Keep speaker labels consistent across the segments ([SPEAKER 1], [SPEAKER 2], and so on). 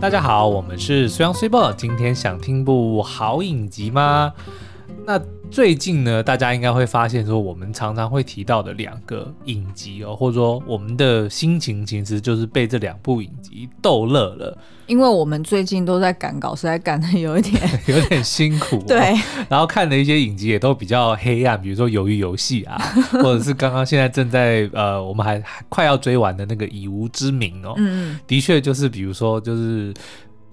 [SPEAKER 1] 大家好，我们是虽阳虽报，今天想听部好影集吗？那最近呢，大家应该会发现说，我们常常会提到的两个影集哦，或者说我们的心情其实就是被这两部影集逗乐了，
[SPEAKER 2] 因为我们最近都在赶稿，实在赶的有 一点
[SPEAKER 1] 有点辛苦、哦。
[SPEAKER 2] 对，
[SPEAKER 1] 然后看的一些影集也都比较黑暗，比如说《鱿鱼游戏》啊，或者是刚刚现在正在呃，我们还还快要追完的那个《以无之名》哦，
[SPEAKER 2] 嗯，
[SPEAKER 1] 的确就是比如说就是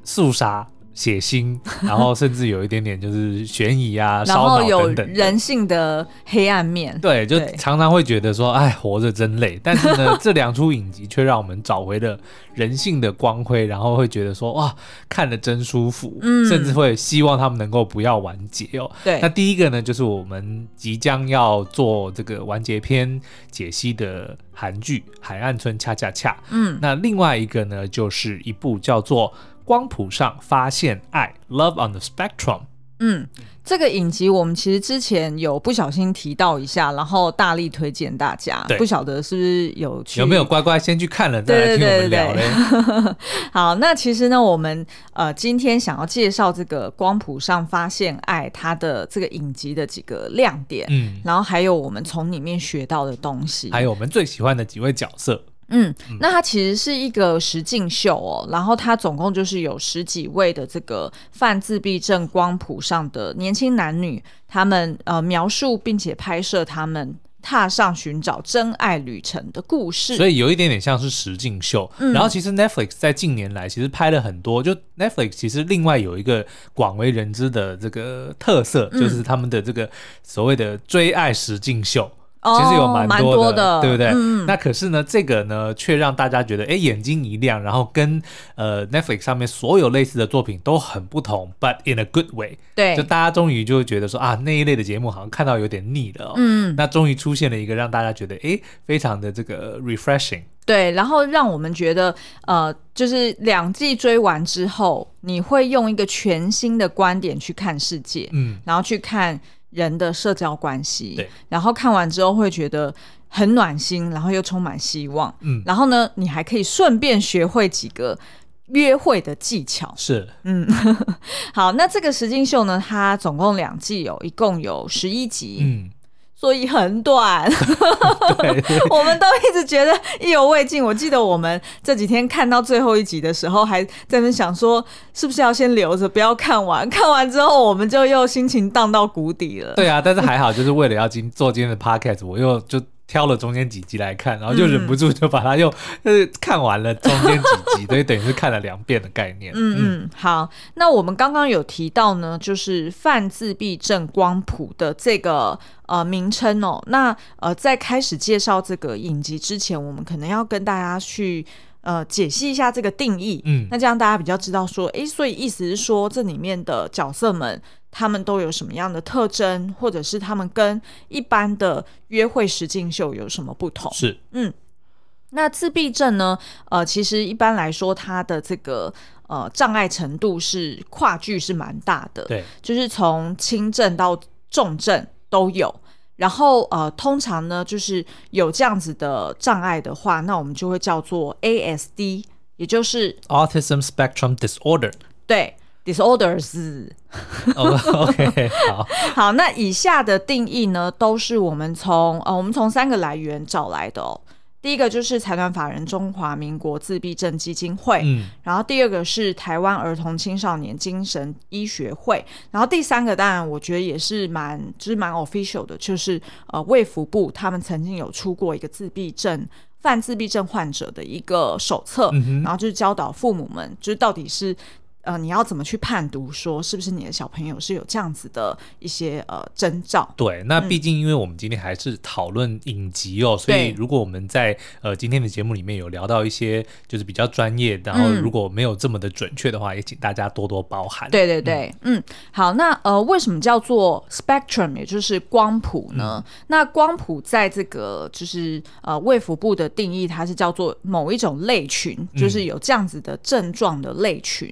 [SPEAKER 1] 肃杀。血 腥，然后甚至有一点点就是悬疑啊、
[SPEAKER 2] 然
[SPEAKER 1] 烧
[SPEAKER 2] 后
[SPEAKER 1] 脑
[SPEAKER 2] 有
[SPEAKER 1] 等等的。嗯
[SPEAKER 2] 人性的黑暗面。
[SPEAKER 1] 对，就
[SPEAKER 2] 对
[SPEAKER 1] 常常会觉得说，哎，活着真累。但是呢，这两出影集却让我们找回了人性的光辉，然后会觉得说，哇，看得真舒服，
[SPEAKER 2] 嗯
[SPEAKER 1] 甚至会希望他们能够不要完结哦。
[SPEAKER 2] 对
[SPEAKER 1] 那第一个呢，就是我们即将要做这个完结篇解析的韩剧《海岸村恰恰恰》。
[SPEAKER 2] 嗯，
[SPEAKER 1] 那另外一个呢，就是一部叫做《光谱上发现爱》（Love on the Spectrum）。
[SPEAKER 2] 嗯，这个影集我们其实之前有不小心提到一下，然后大力推荐大家
[SPEAKER 1] 对。
[SPEAKER 2] 不晓得是不是有去
[SPEAKER 1] 有没有乖乖先去看了再来
[SPEAKER 2] 对对
[SPEAKER 1] 听我们
[SPEAKER 2] 对对
[SPEAKER 1] 聊嘞？
[SPEAKER 2] 好，那其实呢，我们呃今天想要介绍这个《光谱上发现爱》它的这个影集的几个亮点，
[SPEAKER 1] 嗯，
[SPEAKER 2] 然后还有我们从里面学到的东西。
[SPEAKER 1] 还有我们最喜欢的几位角色。
[SPEAKER 2] 嗯，那它其实是一个实境秀哦，然后它总共就是有十几位的这个泛自闭症光谱上的年轻男女，他们呃描述并且拍摄他们踏上寻找真爱旅程的故事。
[SPEAKER 1] 所以有一点点像是实境秀。
[SPEAKER 2] 嗯
[SPEAKER 1] 然后其实 Netflix 在近年来其实拍了很多，就 Netflix 其实另外有一个广为人知的这个特色，
[SPEAKER 2] 嗯
[SPEAKER 1] 就是他们的这个所谓的追爱实境秀。
[SPEAKER 2] 哦
[SPEAKER 1] 其实有
[SPEAKER 2] 蛮
[SPEAKER 1] 多
[SPEAKER 2] 多
[SPEAKER 1] 对不对？
[SPEAKER 2] 嗯，
[SPEAKER 1] 那可是呢，这个呢却让大家觉得哎眼睛一亮，然后跟呃 Netflix 上面所有类似的作品都很不同，but in a good way，就
[SPEAKER 2] 对，
[SPEAKER 1] 大家终于就会觉得说啊那一类的节目好像看到有点腻了、哦，
[SPEAKER 2] 嗯，
[SPEAKER 1] 那终于出现了一个让大家觉得哎非常的这个 refreshing。
[SPEAKER 2] 对，然后让我们觉得呃，就是两季追完之后，你会用一个全新的观点去看世界。
[SPEAKER 1] 嗯，
[SPEAKER 2] 然后去看人的社交关系
[SPEAKER 1] 对，
[SPEAKER 2] 然后看完之后会觉得很暖心，然后又充满希望。
[SPEAKER 1] 嗯
[SPEAKER 2] 然后呢，你还可以顺便学会几个约会的技巧。
[SPEAKER 1] 是，
[SPEAKER 2] 嗯，好，那这个实境秀呢，它总共两季有，一共有十一集，
[SPEAKER 1] 嗯，
[SPEAKER 2] 所以很 短。
[SPEAKER 1] 对，
[SPEAKER 2] 我们都一直觉得意犹未尽。我记得我们这几天看到最后一集的时候，还在那边想说，是不是要先留着，不要看完？看完之后，我们就又心情荡到谷底 了。
[SPEAKER 1] 对啊，但是还好，就是为了要今做今天的 podcast，我又就挑了中间几集来看，然后就忍不住就把它又呃看完了中间几集，所以等于是看了两遍的概念。
[SPEAKER 2] 嗯嗯，好。那我们刚刚有提到呢，就是泛自闭症光谱的这个呃名称哦。那呃，在开始介绍这个影集之前，我们可能要跟大家去呃解析一下这个定义。
[SPEAKER 1] 嗯
[SPEAKER 2] 那这样大家比较知道说，诶，所以意思是说，这里面的角色们他们都有什么样的特征，或者是他们跟一般的约会实境秀有什么不同？
[SPEAKER 1] 是，
[SPEAKER 2] 那自闭症呢？呃，其实一般来说，它的这个呃障碍程度是跨距是蛮大的，
[SPEAKER 1] 对，
[SPEAKER 2] 就是从轻症到重症都有。然后呃，通常呢，就是有这样子的障碍的话，那我们就会叫做 ASD，也就是
[SPEAKER 1] autism spectrum disorder
[SPEAKER 2] 对 disorders。
[SPEAKER 1] 哦。OK，好，
[SPEAKER 2] 好，那以下的定义呢，都是我们从呃，我们从三个来源找来的哦。第一个就是财团法人中华民国自闭症基金会，
[SPEAKER 1] 嗯，
[SPEAKER 2] 然后第二个是台湾儿童青少年精神医学会，然后第三个当然我觉得也是蛮就是蛮 official 的，就是呃卫福部他们曾经有出过一个自闭症泛自闭症患者的一个手册，
[SPEAKER 1] 嗯
[SPEAKER 2] 然后就是教导父母们就是到底是。呃，你要怎么去判读说是不是你的小朋友是有这样子的一些呃征兆？
[SPEAKER 1] 对，那
[SPEAKER 2] 嗯
[SPEAKER 1] 毕竟因为我们今天还是讨论影集哦，所以
[SPEAKER 2] 对
[SPEAKER 1] 如果我们在呃今天的节目里面有聊到一些就是比较专业，然后
[SPEAKER 2] 嗯
[SPEAKER 1] 如果没有这么的准确的话，也请大家多多包涵。
[SPEAKER 2] 对对对，嗯，好，那呃，为什么叫做 spectrum，也就是光谱呢？那光谱在这个就是呃卫福部的定义，它是叫做某一种类群，就是有这样子的症状的类群。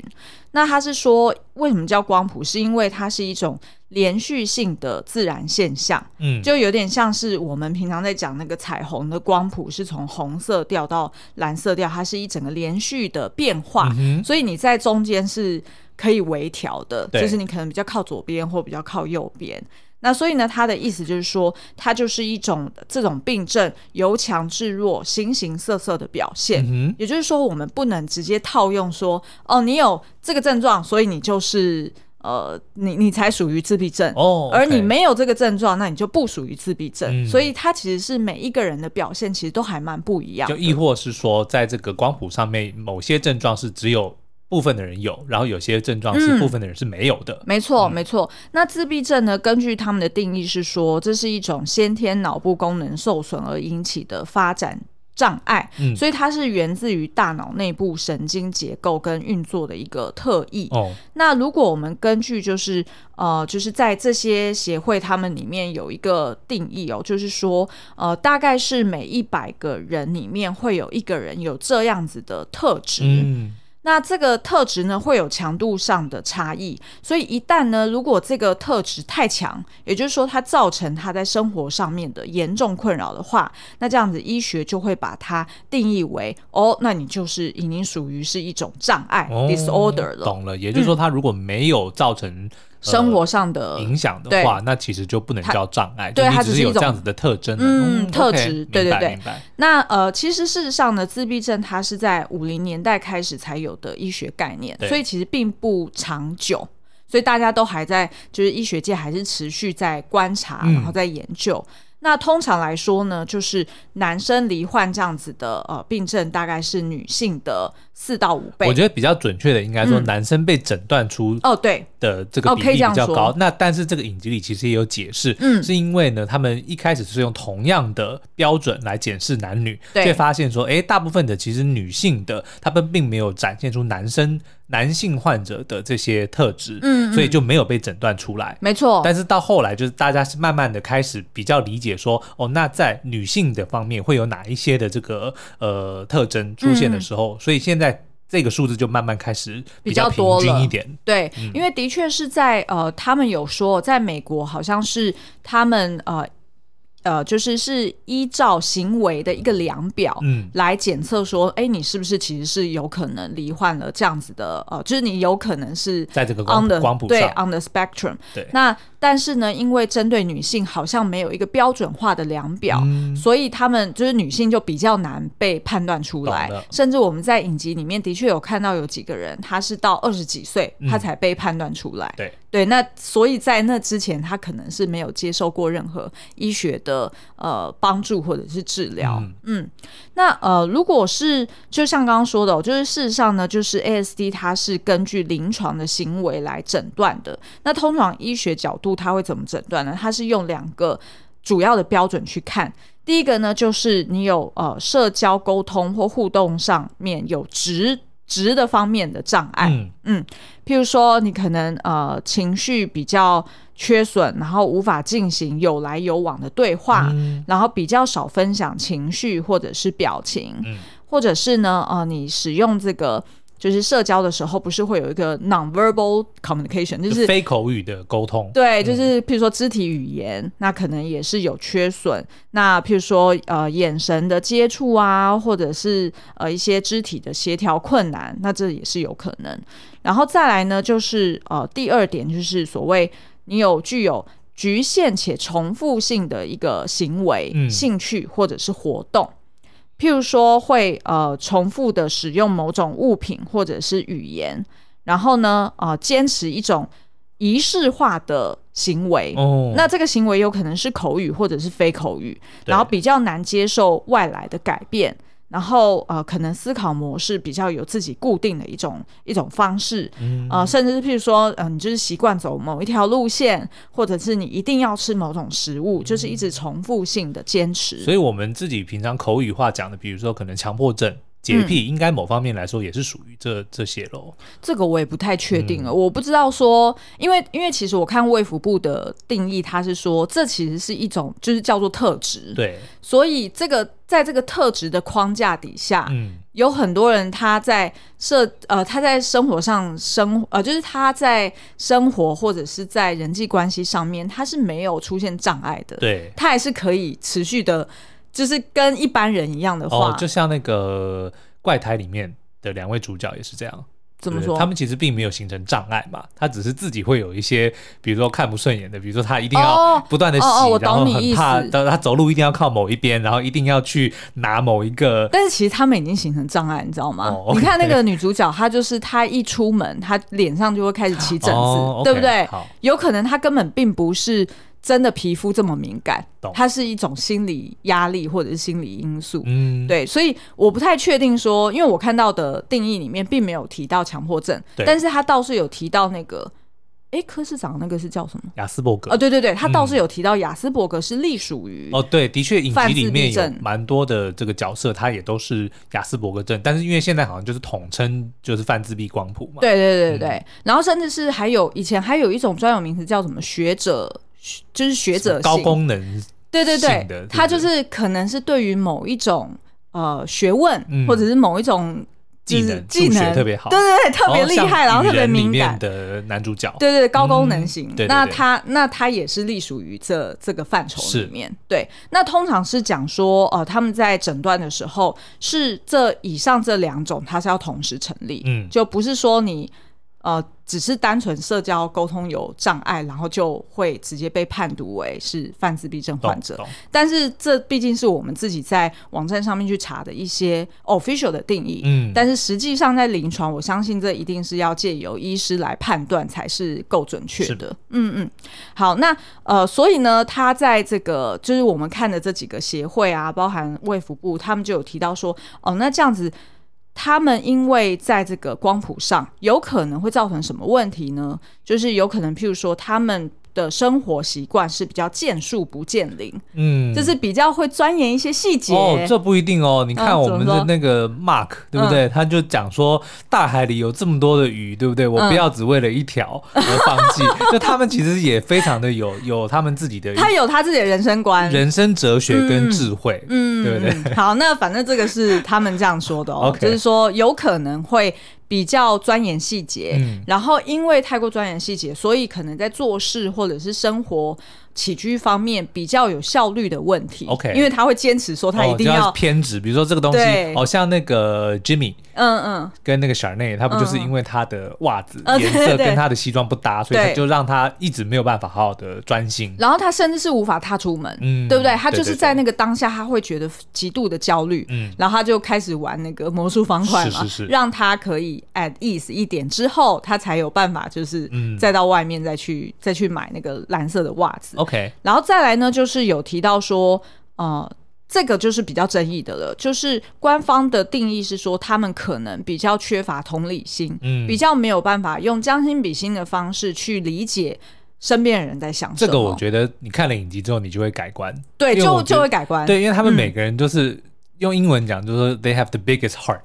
[SPEAKER 2] 那他是说，为什么叫光谱？是因为它是一种连续性的自然现象，
[SPEAKER 1] 嗯，
[SPEAKER 2] 就有点像是我们平常在讲那个彩虹的光谱，是从红色调到蓝色调，它是一整个连续的变化。
[SPEAKER 1] 嗯哼
[SPEAKER 2] 所以你在中间是可以微调的，
[SPEAKER 1] 对
[SPEAKER 2] 就是你可能比较靠左边或比较靠右边。那所以呢，他的意思就是说，它就是一种这种病症由强至弱、形形色色的表现。
[SPEAKER 1] 嗯哼，
[SPEAKER 2] 也就是说，我们不能直接套用说，哦，你有这个症状，所以你就是呃，你你才属于自闭症。
[SPEAKER 1] 哦，
[SPEAKER 2] 而你
[SPEAKER 1] OK
[SPEAKER 2] 没有这个症状，那你就不属于自闭症。
[SPEAKER 1] 嗯
[SPEAKER 2] 所以它其实是每一个人的表现，其实都还蛮不一样的。
[SPEAKER 1] 就亦或是说，在这个光谱上面，某些症状是只有部分的人有，然后有些症状是
[SPEAKER 2] 嗯
[SPEAKER 1] 部分的人是没有的。
[SPEAKER 2] 没错，没错。那自闭症呢？根据他们的定义是说，这是一种先天脑部功能受损而引起的发展障碍，
[SPEAKER 1] 嗯
[SPEAKER 2] 所以它是源自于大脑内部神经结构跟运作的一个特异。
[SPEAKER 1] 哦，
[SPEAKER 2] 那如果我们根据就是呃，就是在这些协会他们里面有一个定义哦，就是说呃，大概是每一百个人里面会有一个人有这样子的特质。
[SPEAKER 1] 嗯，
[SPEAKER 2] 那这个特质呢，会有强度上的差异，所以一旦呢，如果这个特质太强，也就是说它造成他在生活上面的严重困扰的话，那这样子医学就会把它定义为哦，那你就是已经属于是一种障碍、
[SPEAKER 1] 哦
[SPEAKER 2] disorder 了，
[SPEAKER 1] 懂了。也就是说，他如果没有造成、呃
[SPEAKER 2] 生活上的
[SPEAKER 1] 影响的
[SPEAKER 2] 对
[SPEAKER 1] 话，那其实就不能叫障碍，
[SPEAKER 2] 对
[SPEAKER 1] 就你
[SPEAKER 2] 它
[SPEAKER 1] 只
[SPEAKER 2] 只
[SPEAKER 1] 是
[SPEAKER 2] 是
[SPEAKER 1] 有
[SPEAKER 2] 一种
[SPEAKER 1] 这样子的特征的，
[SPEAKER 2] 嗯
[SPEAKER 1] OK，
[SPEAKER 2] 特质对对
[SPEAKER 1] 明白
[SPEAKER 2] 对
[SPEAKER 1] 明白。
[SPEAKER 2] 那呃，其实事实上呢，自闭症它是在五零年代开始才有的医学概念
[SPEAKER 1] 对，
[SPEAKER 2] 所以其实并不长久，所以大家都还在，就是医学界还是持续在观察，
[SPEAKER 1] 嗯
[SPEAKER 2] 然后在研究。那通常来说呢，就是男生罹患这样子的呃病症，大概是女性的四到五倍。
[SPEAKER 1] 我觉得比较准确的应该说，
[SPEAKER 2] 嗯
[SPEAKER 1] 男生被诊断出
[SPEAKER 2] 哦，对，
[SPEAKER 1] 的这个
[SPEAKER 2] 哦
[SPEAKER 1] 比
[SPEAKER 2] 可以
[SPEAKER 1] 例
[SPEAKER 2] 这
[SPEAKER 1] 比
[SPEAKER 2] 样
[SPEAKER 1] 较
[SPEAKER 2] 说
[SPEAKER 1] 高。那但是这个影集里其实也有解释，
[SPEAKER 2] 嗯
[SPEAKER 1] 是因为呢，他们一开始是用同样的标准来检视男女，
[SPEAKER 2] 对
[SPEAKER 1] 却发现说，诶，大部分的其实女性的他们并没有展现出男生男性患者的这些特质，
[SPEAKER 2] 嗯哦嗯
[SPEAKER 1] 所以就没有被诊断出来。
[SPEAKER 2] 没错，
[SPEAKER 1] 但是到后来，就是大家是慢慢的开始比较理解说，哦，那在女性的方面会有哪一些的这个呃特征出现的时候，所以现在这个数字就慢慢开始比
[SPEAKER 2] 嗯比
[SPEAKER 1] 较
[SPEAKER 2] 较
[SPEAKER 1] 平
[SPEAKER 2] 多
[SPEAKER 1] 均
[SPEAKER 2] 了
[SPEAKER 1] 一点。
[SPEAKER 2] 对，因为的确是在呃，他们有说，在美国好像是他们呃呃，就是是依照行为的一个量表。
[SPEAKER 1] 嗯，
[SPEAKER 2] 来检测说，哎，你是不是其实是有可能罹患了这样子的，呃，就是你有可能是
[SPEAKER 1] 在这个光
[SPEAKER 2] on the
[SPEAKER 1] 光谱
[SPEAKER 2] 对
[SPEAKER 1] 上，
[SPEAKER 2] on the spectrum。
[SPEAKER 1] 对
[SPEAKER 2] 那但是呢，因为针对女性好像没有一个标准化的量表，
[SPEAKER 1] 嗯
[SPEAKER 2] 所以他们就是女性就比较难被判断出来
[SPEAKER 1] 懂了。
[SPEAKER 2] 甚至我们在影集里面的确有看到有几个人，他是到二十几岁
[SPEAKER 1] 嗯
[SPEAKER 2] 他才被判断出来。
[SPEAKER 1] 对
[SPEAKER 2] 对，那所以在那之前，他可能是没有接受过任何医学的呃帮助或者是治疗。
[SPEAKER 1] 嗯
[SPEAKER 2] 嗯那呃，如果是就像刚刚说的哦、就是事实上呢，就是 ASD 它是根据临床的行为来诊断的。那通常医学角度它会怎么诊断呢？它是用两个主要的标准去看。第一个呢，就是你有呃社交沟通或互动上面有直直的方面的障碍，
[SPEAKER 1] 嗯，
[SPEAKER 2] 譬如说，你可能呃情绪比较缺损，然后无法进行有来有往的对话，
[SPEAKER 1] 嗯
[SPEAKER 2] 然后比较少分享情绪或者是表情，
[SPEAKER 1] 嗯
[SPEAKER 2] 或者是呢呃你使用这个。就是社交的时候，不是会有一个 non-verbal communication，就
[SPEAKER 1] 就是非口语的沟通，
[SPEAKER 2] 对，就是譬如说肢体语言，那可能也是有缺损。那譬如说呃眼神的接触啊，或者是呃一些肢体的协调困难，那这也是有可能。然后再来呢，就是呃第二点就是所谓你有具有。局限且重复性的一个行为、
[SPEAKER 1] 嗯
[SPEAKER 2] 兴趣或者是活动，譬如说会呃重复的使用某种物品或者是语言，然后呢呃坚持一种仪式化的行为。
[SPEAKER 1] 哦，
[SPEAKER 2] 那这个行为有可能是口语或者是非口语，
[SPEAKER 1] 对
[SPEAKER 2] 然后比较难接受外来的改变，然后呃，可能思考模式比较有自己固定的一种一种方式，
[SPEAKER 1] 嗯
[SPEAKER 2] 呃，甚至是譬如说，嗯、你就是习惯走某一条路线，或者是你一定要吃某种食物，就是
[SPEAKER 1] 嗯
[SPEAKER 2] 一直重复性的坚持。
[SPEAKER 1] 所以我们自己平常口语化讲的，比如说可能强迫症、洁
[SPEAKER 2] 嗯
[SPEAKER 1] 癖，应该某方面来说也是属于这这些咯。
[SPEAKER 2] 这个我也不太确定了，
[SPEAKER 1] 嗯
[SPEAKER 2] 我不知道说，因为因为其实我看卫福部的定义，它是说这其实是一种 就是叫做特质，
[SPEAKER 1] 对，
[SPEAKER 2] 所以这个在这个特质的框架底下，
[SPEAKER 1] 嗯，
[SPEAKER 2] 有很多人他在社呃他在生活上生呃就是他在生活或者是在人际关系上面他是没有出现障碍的，
[SPEAKER 1] 对，
[SPEAKER 2] 他还是可以持续的，就是跟一般人一样的话，
[SPEAKER 1] 哦，就像那个怪胎里面的两位主角也是这样，
[SPEAKER 2] 怎么
[SPEAKER 1] 对
[SPEAKER 2] 说？
[SPEAKER 1] 他们其实并没有形成障碍嘛，他只是自己会有一些，比如说看不顺眼的，比如说他一定要
[SPEAKER 2] 哦
[SPEAKER 1] 不断的洗，
[SPEAKER 2] 哦哦我
[SPEAKER 1] 然
[SPEAKER 2] 懂
[SPEAKER 1] 后
[SPEAKER 2] 你
[SPEAKER 1] 很
[SPEAKER 2] 意
[SPEAKER 1] 怕
[SPEAKER 2] 思
[SPEAKER 1] 他他走路一定要靠某一边，然后一定要去拿某一个。
[SPEAKER 2] 但是其实他们已经形成障碍，你知道吗？
[SPEAKER 1] 哦，OK
[SPEAKER 2] 你看那个女主角，她就是她一出门，她脸上就会开始起疹子，
[SPEAKER 1] 哦，OK，
[SPEAKER 2] 对不对？
[SPEAKER 1] 好，
[SPEAKER 2] 有可能她根本并不是真的皮肤这么敏感
[SPEAKER 1] 懂，
[SPEAKER 2] 它是一种心理压力或者是心理因素。
[SPEAKER 1] 嗯，
[SPEAKER 2] 对，所以我不太确定说，因为我看到的定义里面并没有提到强迫症，
[SPEAKER 1] 对
[SPEAKER 2] 但是他倒是有提到那个，诶，柯市长那个是叫什么？
[SPEAKER 1] 雅斯伯格
[SPEAKER 2] 哦，。对对对，他倒
[SPEAKER 1] 嗯
[SPEAKER 2] 是有提到雅斯伯格是隶属于
[SPEAKER 1] 哦，对，的确，影
[SPEAKER 2] 泛
[SPEAKER 1] 集
[SPEAKER 2] 自
[SPEAKER 1] 里面
[SPEAKER 2] 闭
[SPEAKER 1] 有
[SPEAKER 2] 症
[SPEAKER 1] 蛮多的这个角色，他也都是雅斯伯格症，但是因为现在好像就是统称就是泛自闭光谱嘛。
[SPEAKER 2] 对对对对，然后甚至是还有以前还有一种专有名词叫什么学者，学就是学者
[SPEAKER 1] 高
[SPEAKER 2] 性
[SPEAKER 1] 功能，
[SPEAKER 2] 对对
[SPEAKER 1] 性的
[SPEAKER 2] 对，他
[SPEAKER 1] 对
[SPEAKER 2] 就
[SPEAKER 1] 不对
[SPEAKER 2] 是可能是对于某一种呃学问、
[SPEAKER 1] 嗯
[SPEAKER 2] 或者是某一种就
[SPEAKER 1] 技
[SPEAKER 2] 是
[SPEAKER 1] 能
[SPEAKER 2] 技
[SPEAKER 1] 数学
[SPEAKER 2] 能
[SPEAKER 1] 特别好
[SPEAKER 2] 对对对，特别厉害，然后特别敏
[SPEAKER 1] 里
[SPEAKER 2] 感
[SPEAKER 1] 面。的男主角。
[SPEAKER 2] 对对对，高功能
[SPEAKER 1] 嗯
[SPEAKER 2] 型，
[SPEAKER 1] 对对
[SPEAKER 2] 那
[SPEAKER 1] 对
[SPEAKER 2] 他那他也是隶属于这这个范畴
[SPEAKER 1] 是
[SPEAKER 2] 里面。对，那通常是讲说，呃，他们在诊断的时候，是这以上这两种，它是要同时成立，
[SPEAKER 1] 嗯
[SPEAKER 2] 就不是说你呃只是单纯社交沟通有障碍，然后就会直接被判读为是泛自闭症
[SPEAKER 1] 懂
[SPEAKER 2] 患者。
[SPEAKER 1] 懂
[SPEAKER 2] 但是这毕竟是我们自己在网站上面去查的一些 official 的定义，
[SPEAKER 1] 嗯
[SPEAKER 2] 但是实际上在临床，我相信这一定是要借由医师来判断才是够准确
[SPEAKER 1] 是
[SPEAKER 2] 的。嗯嗯，好，那呃，所以呢，他在这个就是我们看的这几个协会啊，包含卫福部，他们就有提到说，哦，那这样子。他们因为在这个光谱上有可能会造成什么问题呢？就是有可能，譬如说他们的生活习惯是比较见树不见林，
[SPEAKER 1] 嗯，
[SPEAKER 2] 就是比较会钻研一些细节。
[SPEAKER 1] 哦，这不一定哦。你看
[SPEAKER 2] 嗯
[SPEAKER 1] 我
[SPEAKER 2] 怎么
[SPEAKER 1] 们的
[SPEAKER 2] 说嗯
[SPEAKER 1] 那个 Mark，、对不对？他就讲说，大海里有这么多的鱼，对不对？我不
[SPEAKER 2] 嗯
[SPEAKER 1] 要只为了一 条而放弃。就他们其实也非常的有有他们自己的
[SPEAKER 2] 他有他自己的人生观。
[SPEAKER 1] 人生哲学跟智慧，
[SPEAKER 2] 嗯，
[SPEAKER 1] 对不对？
[SPEAKER 2] 对？好，那反正这个是他们这样说的 哦
[SPEAKER 1] OK，
[SPEAKER 2] 就是说有可能会比较钻研细节，
[SPEAKER 1] 嗯
[SPEAKER 2] 然后因为太过钻研细节，所以可能在做事或者是生活起居方面比较有效率的问题。
[SPEAKER 1] OK
[SPEAKER 2] 因为他会坚持说他一
[SPEAKER 1] 哦，就
[SPEAKER 2] 定要，
[SPEAKER 1] 要偏执，比如说这个东西，
[SPEAKER 2] 对
[SPEAKER 1] 哦，像那个 Jimmy
[SPEAKER 2] 嗯嗯，
[SPEAKER 1] 跟那个 s h a r n a y 他不就是
[SPEAKER 2] 嗯嗯
[SPEAKER 1] 因为他的袜子
[SPEAKER 2] 呃
[SPEAKER 1] 颜
[SPEAKER 2] 对
[SPEAKER 1] 色
[SPEAKER 2] 对对
[SPEAKER 1] 跟他的西装不搭，所以他
[SPEAKER 2] 对
[SPEAKER 1] 就让他一直没有办法好好的专心。
[SPEAKER 2] 然后他甚至是无法踏出门，
[SPEAKER 1] 嗯
[SPEAKER 2] 对不对？他就是在
[SPEAKER 1] 对
[SPEAKER 2] 那个当下，他会觉得极度的焦虑，
[SPEAKER 1] 嗯
[SPEAKER 2] 然后他就开始玩那个魔术方块嘛，
[SPEAKER 1] 是是是
[SPEAKER 2] 让他可以 at ease 一点之后，他才有办法就是
[SPEAKER 1] 嗯
[SPEAKER 2] 再到外面再去、再去买那个蓝色的袜子。
[SPEAKER 1] OK，
[SPEAKER 2] 然后再来呢，就是有提到说，呃，这个就是比较争议的了，就是官方的定义是说，他们可能比较缺乏同理心，
[SPEAKER 1] 嗯
[SPEAKER 2] 比较没有办法用将心比心的方式去理解身边的人在想
[SPEAKER 1] 这
[SPEAKER 2] 什么。
[SPEAKER 1] 个我觉得你看了影集之后，你就会改观。
[SPEAKER 2] 对，
[SPEAKER 1] 因为我
[SPEAKER 2] 就
[SPEAKER 1] 觉得
[SPEAKER 2] 就会改观。
[SPEAKER 1] 对，因为他们
[SPEAKER 2] 嗯
[SPEAKER 1] 每个人都是用英文讲，就是说 they have the biggest heart。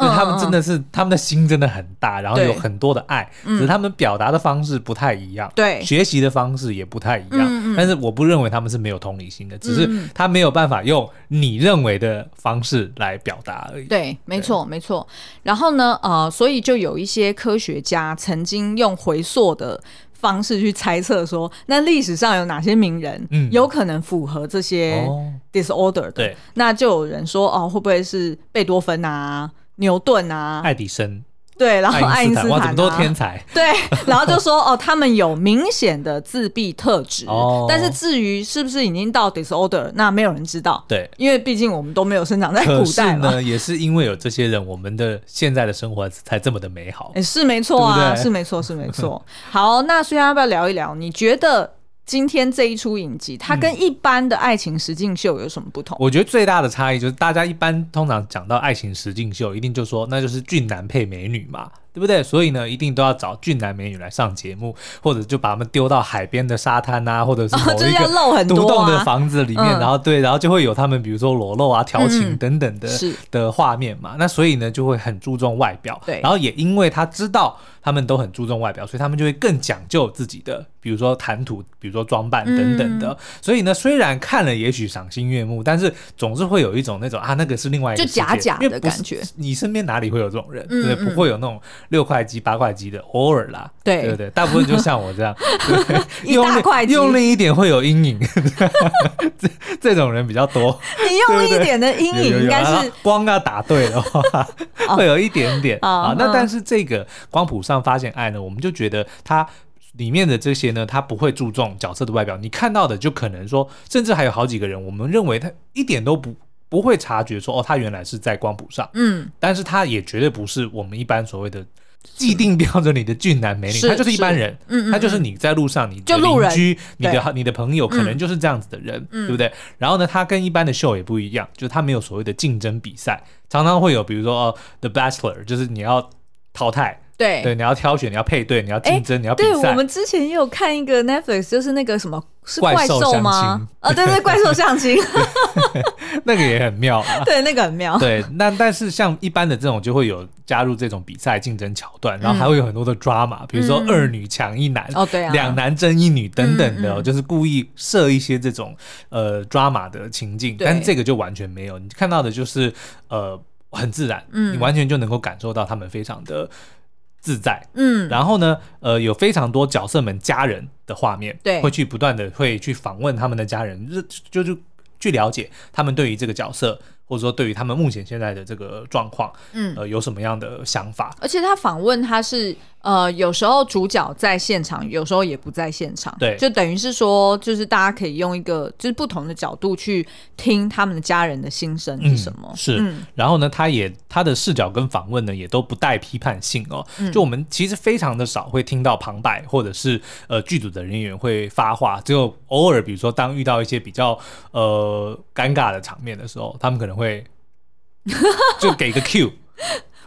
[SPEAKER 1] 就是
[SPEAKER 2] 嗯
[SPEAKER 1] 他们真的是，他们的心真的很大，然后
[SPEAKER 2] 对
[SPEAKER 1] 有很多的爱，只是他们表达的方式不太一样，
[SPEAKER 2] 嗯对
[SPEAKER 1] 学习的方式也不太一样。
[SPEAKER 2] 嗯嗯嗯
[SPEAKER 1] 但是我不认为他们是没有同理心的，只是他没有办法用你认为的方式来表达而已。
[SPEAKER 2] 对，没错，没错。然后呢，呃，所以就有一些科学家曾经用回溯的方式去猜测说，那历史上有哪些名人，
[SPEAKER 1] 嗯
[SPEAKER 2] 有可能符合这些
[SPEAKER 1] 哦
[SPEAKER 2] disorder 的？
[SPEAKER 1] 对，
[SPEAKER 2] 那就有人说，哦，会不会是贝多芬啊、牛顿啊？
[SPEAKER 1] 爱迪生、
[SPEAKER 2] 对，然后
[SPEAKER 1] 爱
[SPEAKER 2] 爱
[SPEAKER 1] 因
[SPEAKER 2] 因
[SPEAKER 1] 斯
[SPEAKER 2] 斯
[SPEAKER 1] 坦，
[SPEAKER 2] 坦、
[SPEAKER 1] 哇，
[SPEAKER 2] 啊，
[SPEAKER 1] 怎么都是 天才？
[SPEAKER 2] 对，然后就说哦，他们有明显的自闭特质，
[SPEAKER 1] 哦
[SPEAKER 2] 但是至于是不是已经到 disorder，那没有人知道，
[SPEAKER 1] 对。
[SPEAKER 2] 因为毕竟我们都没有生长在
[SPEAKER 1] 可
[SPEAKER 2] 古
[SPEAKER 1] 是
[SPEAKER 2] 代嘛。
[SPEAKER 1] 呢，也是因为有这些人，我们的现在的生活才这么的美好。
[SPEAKER 2] 诶是没错
[SPEAKER 1] 对
[SPEAKER 2] 啊，
[SPEAKER 1] 不对
[SPEAKER 2] 是没错，是没 错。好，那所以要不要聊一聊？你觉得今天这一出影集，它
[SPEAKER 1] 嗯
[SPEAKER 2] 跟一般的爱情实境秀有什么不同？
[SPEAKER 1] 我觉得最大的差异就是，大家一般通常讲到爱情实境秀，一定就说那就是俊男配美女嘛，对不对？所以呢，一定都要找俊男美女来上节目，或者就把他们丢到海边的沙滩啊，或者是某
[SPEAKER 2] 哦 就是
[SPEAKER 1] 一
[SPEAKER 2] 要
[SPEAKER 1] 个
[SPEAKER 2] 露很
[SPEAKER 1] 独
[SPEAKER 2] 多
[SPEAKER 1] 栋的
[SPEAKER 2] 啊，
[SPEAKER 1] 房子里面，
[SPEAKER 2] 嗯
[SPEAKER 1] 然后对，然后就会有他们比如说裸露啊、调情
[SPEAKER 2] 嗯
[SPEAKER 1] 等等的、
[SPEAKER 2] 是
[SPEAKER 1] 的画面嘛。那所以呢，就会很注重外表。
[SPEAKER 2] 对
[SPEAKER 1] 然后也因为他知道他们都很注重外表，所以他们就会更讲究自己的，比如说谈吐，比如说装扮等等
[SPEAKER 2] 嗯
[SPEAKER 1] 的。所以呢，虽然看了也许赏心悦目，但是总是会有一种那种啊，那个是另外一个
[SPEAKER 2] 就
[SPEAKER 1] 世界
[SPEAKER 2] 假假
[SPEAKER 1] 因为
[SPEAKER 2] 的
[SPEAKER 1] 不是
[SPEAKER 2] 感觉。
[SPEAKER 1] 你身边哪里会有这种人？
[SPEAKER 2] 嗯
[SPEAKER 1] 对不对，
[SPEAKER 2] 嗯
[SPEAKER 1] 不会有那种六块肌、八块肌的，偶尔啦，
[SPEAKER 2] 对
[SPEAKER 1] 对不对？大部分就像我这 样，对
[SPEAKER 2] 一
[SPEAKER 1] 用
[SPEAKER 2] 大
[SPEAKER 1] 力
[SPEAKER 2] 块肌
[SPEAKER 1] 用力一点会有阴影， 这这种人比较多。
[SPEAKER 2] 你用力
[SPEAKER 1] 对
[SPEAKER 2] 一
[SPEAKER 1] 不对
[SPEAKER 2] 点的阴
[SPEAKER 1] 有有
[SPEAKER 2] 影
[SPEAKER 1] 有
[SPEAKER 2] 应该
[SPEAKER 1] 啊
[SPEAKER 2] 是
[SPEAKER 1] 光要打对的话，会有一点点
[SPEAKER 2] 哦
[SPEAKER 1] 啊。那
[SPEAKER 2] 嗯
[SPEAKER 1] 但是这个光谱上发现哎爱呢，我们就觉得它。里面的这些呢，它不会注重角色的外表，你看到的就可能说，甚至还有好几个人，我们认为他一点都不不会察觉说，哦，他原来是在光谱上，
[SPEAKER 2] 嗯，
[SPEAKER 1] 但是他也绝对不是我们一般所谓的既定标准里的俊男美女，
[SPEAKER 2] 是
[SPEAKER 1] 他就是一般人，
[SPEAKER 2] 嗯嗯
[SPEAKER 1] 他就是你在路上你的
[SPEAKER 2] 就路人嗯
[SPEAKER 1] 邻居、你的你的朋友，可能就是这样子的人，对不对？然后呢，他跟一般的秀也不一样，就是他没有所谓的竞争比赛，常常会有比如说、哦、The Bachelor，就是你要淘汰，
[SPEAKER 2] 对
[SPEAKER 1] 对，你要挑选，你要配对，你要
[SPEAKER 2] 哎
[SPEAKER 1] 竞争，你要比
[SPEAKER 2] 对，我
[SPEAKER 1] 赛。
[SPEAKER 2] 们之前也有看一个 Netflix，就是那个什么是
[SPEAKER 1] 怪
[SPEAKER 2] 怪
[SPEAKER 1] 兽
[SPEAKER 2] 兽
[SPEAKER 1] 相
[SPEAKER 2] 吗
[SPEAKER 1] 亲？
[SPEAKER 2] 啊，对对，怪兽相 亲，
[SPEAKER 1] 那个也很妙 啊。
[SPEAKER 2] 对，那个很妙。
[SPEAKER 1] 对，那但是像一般的这种就会有加入这种比赛竞争桥段，然后还会有很多的 drama，、比如说
[SPEAKER 2] 嗯
[SPEAKER 1] 二女抢一男，
[SPEAKER 2] 哦，对啊，
[SPEAKER 1] 两男争一女等等的哦、
[SPEAKER 2] 嗯嗯
[SPEAKER 1] 就是故意设一些这种呃 drama 的情境，
[SPEAKER 2] 对
[SPEAKER 1] 但这个就完全没有，你看到的就是呃很自然，
[SPEAKER 2] 嗯
[SPEAKER 1] 你完全就能够感受到他们非常的自在。
[SPEAKER 2] 嗯，
[SPEAKER 1] 然后呢，呃，有非常多角色们家人的画面，
[SPEAKER 2] 对
[SPEAKER 1] 会去不断的会去访问他们的家人，就就是去了解他们对于这个角色，或者说对于他们目前现在的这个状况，
[SPEAKER 2] 嗯
[SPEAKER 1] 呃，有什么样的想法？
[SPEAKER 2] 而且他访问他是呃，有时候主角在现场，有时候也不在现场，
[SPEAKER 1] 对
[SPEAKER 2] 就等于是说，就是大家可以用一个就是不同的角度去听他们的家人的心声是什么，
[SPEAKER 1] 嗯是
[SPEAKER 2] 嗯
[SPEAKER 1] 然后呢，他也他的视角跟访问呢，也都不带批判性哦。
[SPEAKER 2] 嗯
[SPEAKER 1] 就我们其实非常的少会听到旁白或者是呃剧组的人员会发话，只有偶尔比如说当遇到一些比较呃尴尬的场面的时候，他们可能会就给个 cue，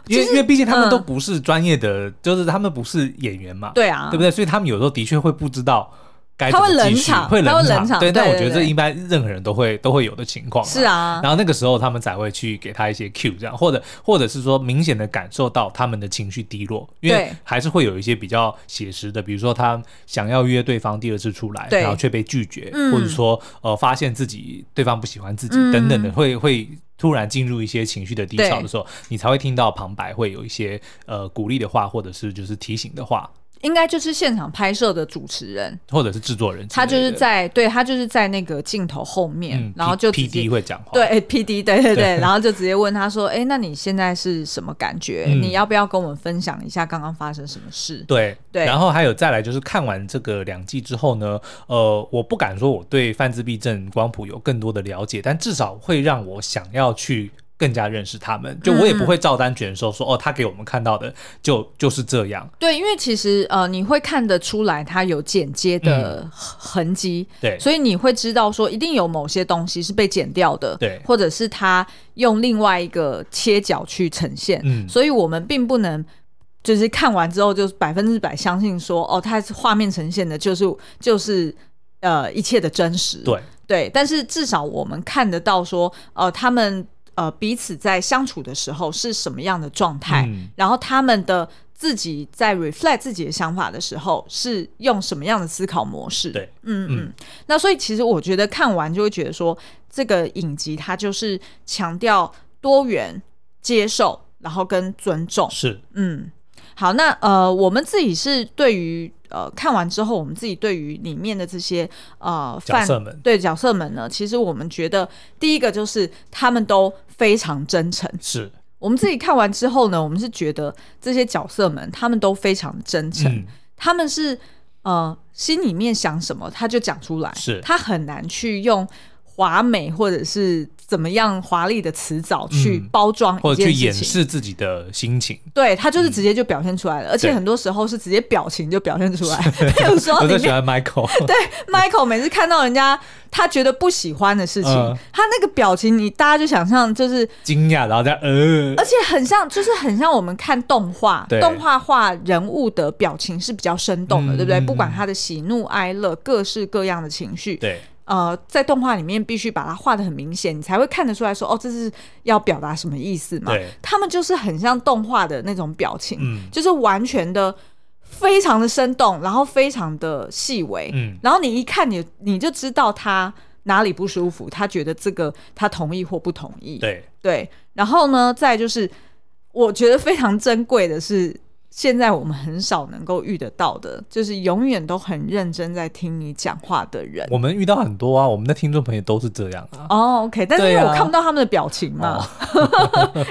[SPEAKER 1] 因为因为毕竟他们都不是专业的，就是他们不是演员嘛，
[SPEAKER 2] 嗯对啊，
[SPEAKER 1] 对不对？所以他们有时候的确会不知道。该怎
[SPEAKER 2] 他
[SPEAKER 1] 么
[SPEAKER 2] 会冷
[SPEAKER 1] 继续
[SPEAKER 2] 场
[SPEAKER 1] 会
[SPEAKER 2] 他会
[SPEAKER 1] 冷
[SPEAKER 2] 冷场
[SPEAKER 1] 对。
[SPEAKER 2] 对
[SPEAKER 1] 但我
[SPEAKER 2] 对
[SPEAKER 1] 觉得这
[SPEAKER 2] 对
[SPEAKER 1] 一般任何人都会都会有的情况。
[SPEAKER 2] 是啊，
[SPEAKER 1] 然后那个时候他们才会去给他一些 cue，这样，或者或者是说明显的感受到他们的情绪低落，因为
[SPEAKER 2] 对
[SPEAKER 1] 还是会有一些比较写实的，比如说他想要约对方第二次出来，
[SPEAKER 2] 对
[SPEAKER 1] 然后却被拒绝，
[SPEAKER 2] 嗯
[SPEAKER 1] 或者说呃发现自己对方不喜欢自己、
[SPEAKER 2] 嗯
[SPEAKER 1] 等等的，会会。突然进入一些情绪的低
[SPEAKER 2] 对
[SPEAKER 1] 潮的时候，你才会听到旁白会有一些呃鼓励的话，或者是就是提醒的话，
[SPEAKER 2] 应该就是现场拍摄的主持人，
[SPEAKER 1] 或者是制作人之类
[SPEAKER 2] 他
[SPEAKER 1] 的，
[SPEAKER 2] 就是在对他就是在那个镜头后面，
[SPEAKER 1] 嗯，
[SPEAKER 2] 然后就
[SPEAKER 1] P
[SPEAKER 2] 直
[SPEAKER 1] D
[SPEAKER 2] 接。
[SPEAKER 1] 会讲话，
[SPEAKER 2] 对，P 哎 D，对对
[SPEAKER 1] 对
[SPEAKER 2] 对，然后就直接问他说：“哎、那你现在是什么感觉？
[SPEAKER 1] 嗯
[SPEAKER 2] 你要不要跟我们分享一下刚刚发生什么事
[SPEAKER 1] 对
[SPEAKER 2] 对
[SPEAKER 1] 然后还有再来就是看完这个两季之后呢，呃，我不敢说我对泛自闭症光谱有更多的了解，但至少会让我想要去。更加认识他们，就
[SPEAKER 2] 嗯
[SPEAKER 1] 我也不会照单全收说、哦，他给我们看到的就就是这样，？”
[SPEAKER 2] 对，因为其实呃，你会看得出来他有剪接
[SPEAKER 1] 嗯
[SPEAKER 2] 的痕迹，
[SPEAKER 1] 对，
[SPEAKER 2] 所以你会知道说一定有某些东西是被剪掉的，
[SPEAKER 1] 对
[SPEAKER 2] 或者是他用另外一个切角去呈现，
[SPEAKER 1] 嗯
[SPEAKER 2] 所以我们并不能。就是看完之后，就是百分之百相信说，哦，它画面呈现的就是就是呃一切的真实。
[SPEAKER 1] 对
[SPEAKER 2] 对，但是至少我们看得到说，呃，他们呃彼此在相处的时候是什么样的状态，
[SPEAKER 1] 嗯
[SPEAKER 2] 然后他们的自己在 reflect 自己的想法的时候是用什么样的思考模式。
[SPEAKER 1] 对，
[SPEAKER 2] 嗯
[SPEAKER 1] 嗯
[SPEAKER 2] 嗯。那所以其实我觉得看完就会觉得说，这个影集它就是强调多元接受，然后跟尊重。
[SPEAKER 1] 是
[SPEAKER 2] 嗯，好，那呃，我们自己是对于呃看完之后，我们自己对于里面的这些呃
[SPEAKER 1] 角
[SPEAKER 2] 犯
[SPEAKER 1] 色们
[SPEAKER 2] 对角色们呢，其实我们觉得第一个就是他们都非常真诚。
[SPEAKER 1] 是，
[SPEAKER 2] 我们自己看完之后呢，我们是觉得这些角色们他们都非常真诚，
[SPEAKER 1] 嗯
[SPEAKER 2] 他们是呃心里面想什么他就讲出来，
[SPEAKER 1] 是
[SPEAKER 2] 他很难去用华美或者是怎么样华丽的辞藻去包装
[SPEAKER 1] 嗯或
[SPEAKER 2] 一
[SPEAKER 1] 者去
[SPEAKER 2] 件
[SPEAKER 1] 掩
[SPEAKER 2] 事情。
[SPEAKER 1] 饰自己的心情。
[SPEAKER 2] 对他就是直接就表现出来了，而且
[SPEAKER 1] 对
[SPEAKER 2] 很多时候是直接表情就表现出来。比如 说
[SPEAKER 1] 我
[SPEAKER 2] 哦里
[SPEAKER 1] 最喜
[SPEAKER 2] 面
[SPEAKER 1] 欢 Michael，
[SPEAKER 2] Michael 每次看到人家他觉得不喜欢的事情，
[SPEAKER 1] 嗯
[SPEAKER 2] 他那个表情你大家就想象就是，
[SPEAKER 1] 惊讶，然后再呃，
[SPEAKER 2] 而且很像就是很像我们看动画
[SPEAKER 1] 对，
[SPEAKER 2] 动画画人物的表情是比较生动的，
[SPEAKER 1] 嗯
[SPEAKER 2] 对不对？
[SPEAKER 1] 嗯
[SPEAKER 2] 不管
[SPEAKER 1] 嗯
[SPEAKER 2] 他的喜怒哀乐，各式各样的情绪，
[SPEAKER 1] 对，
[SPEAKER 2] 呃，在动画里面必须把它画的很明显，你才会看得出来说，哦，这是要表达什么意思嘛
[SPEAKER 1] 对？
[SPEAKER 2] 他们就是很像动画的那种表情，
[SPEAKER 1] 嗯
[SPEAKER 2] 就是完全的非常的生动，然后非常的细微，
[SPEAKER 1] 嗯，
[SPEAKER 2] 然后你一看你你就知道他哪里不舒服，他觉得这个他同意或不同意。
[SPEAKER 1] 对，
[SPEAKER 2] 对，然后呢，再就是我觉得非常珍贵的是，现在我们很少能够遇得到的，就是永远都很认真在听你讲话的人。
[SPEAKER 1] 我们遇到很多啊，我们的听众朋友都是这样啊。
[SPEAKER 2] 哦、o k 但是因为
[SPEAKER 1] 对啊
[SPEAKER 2] 我看不到他们的表情嘛，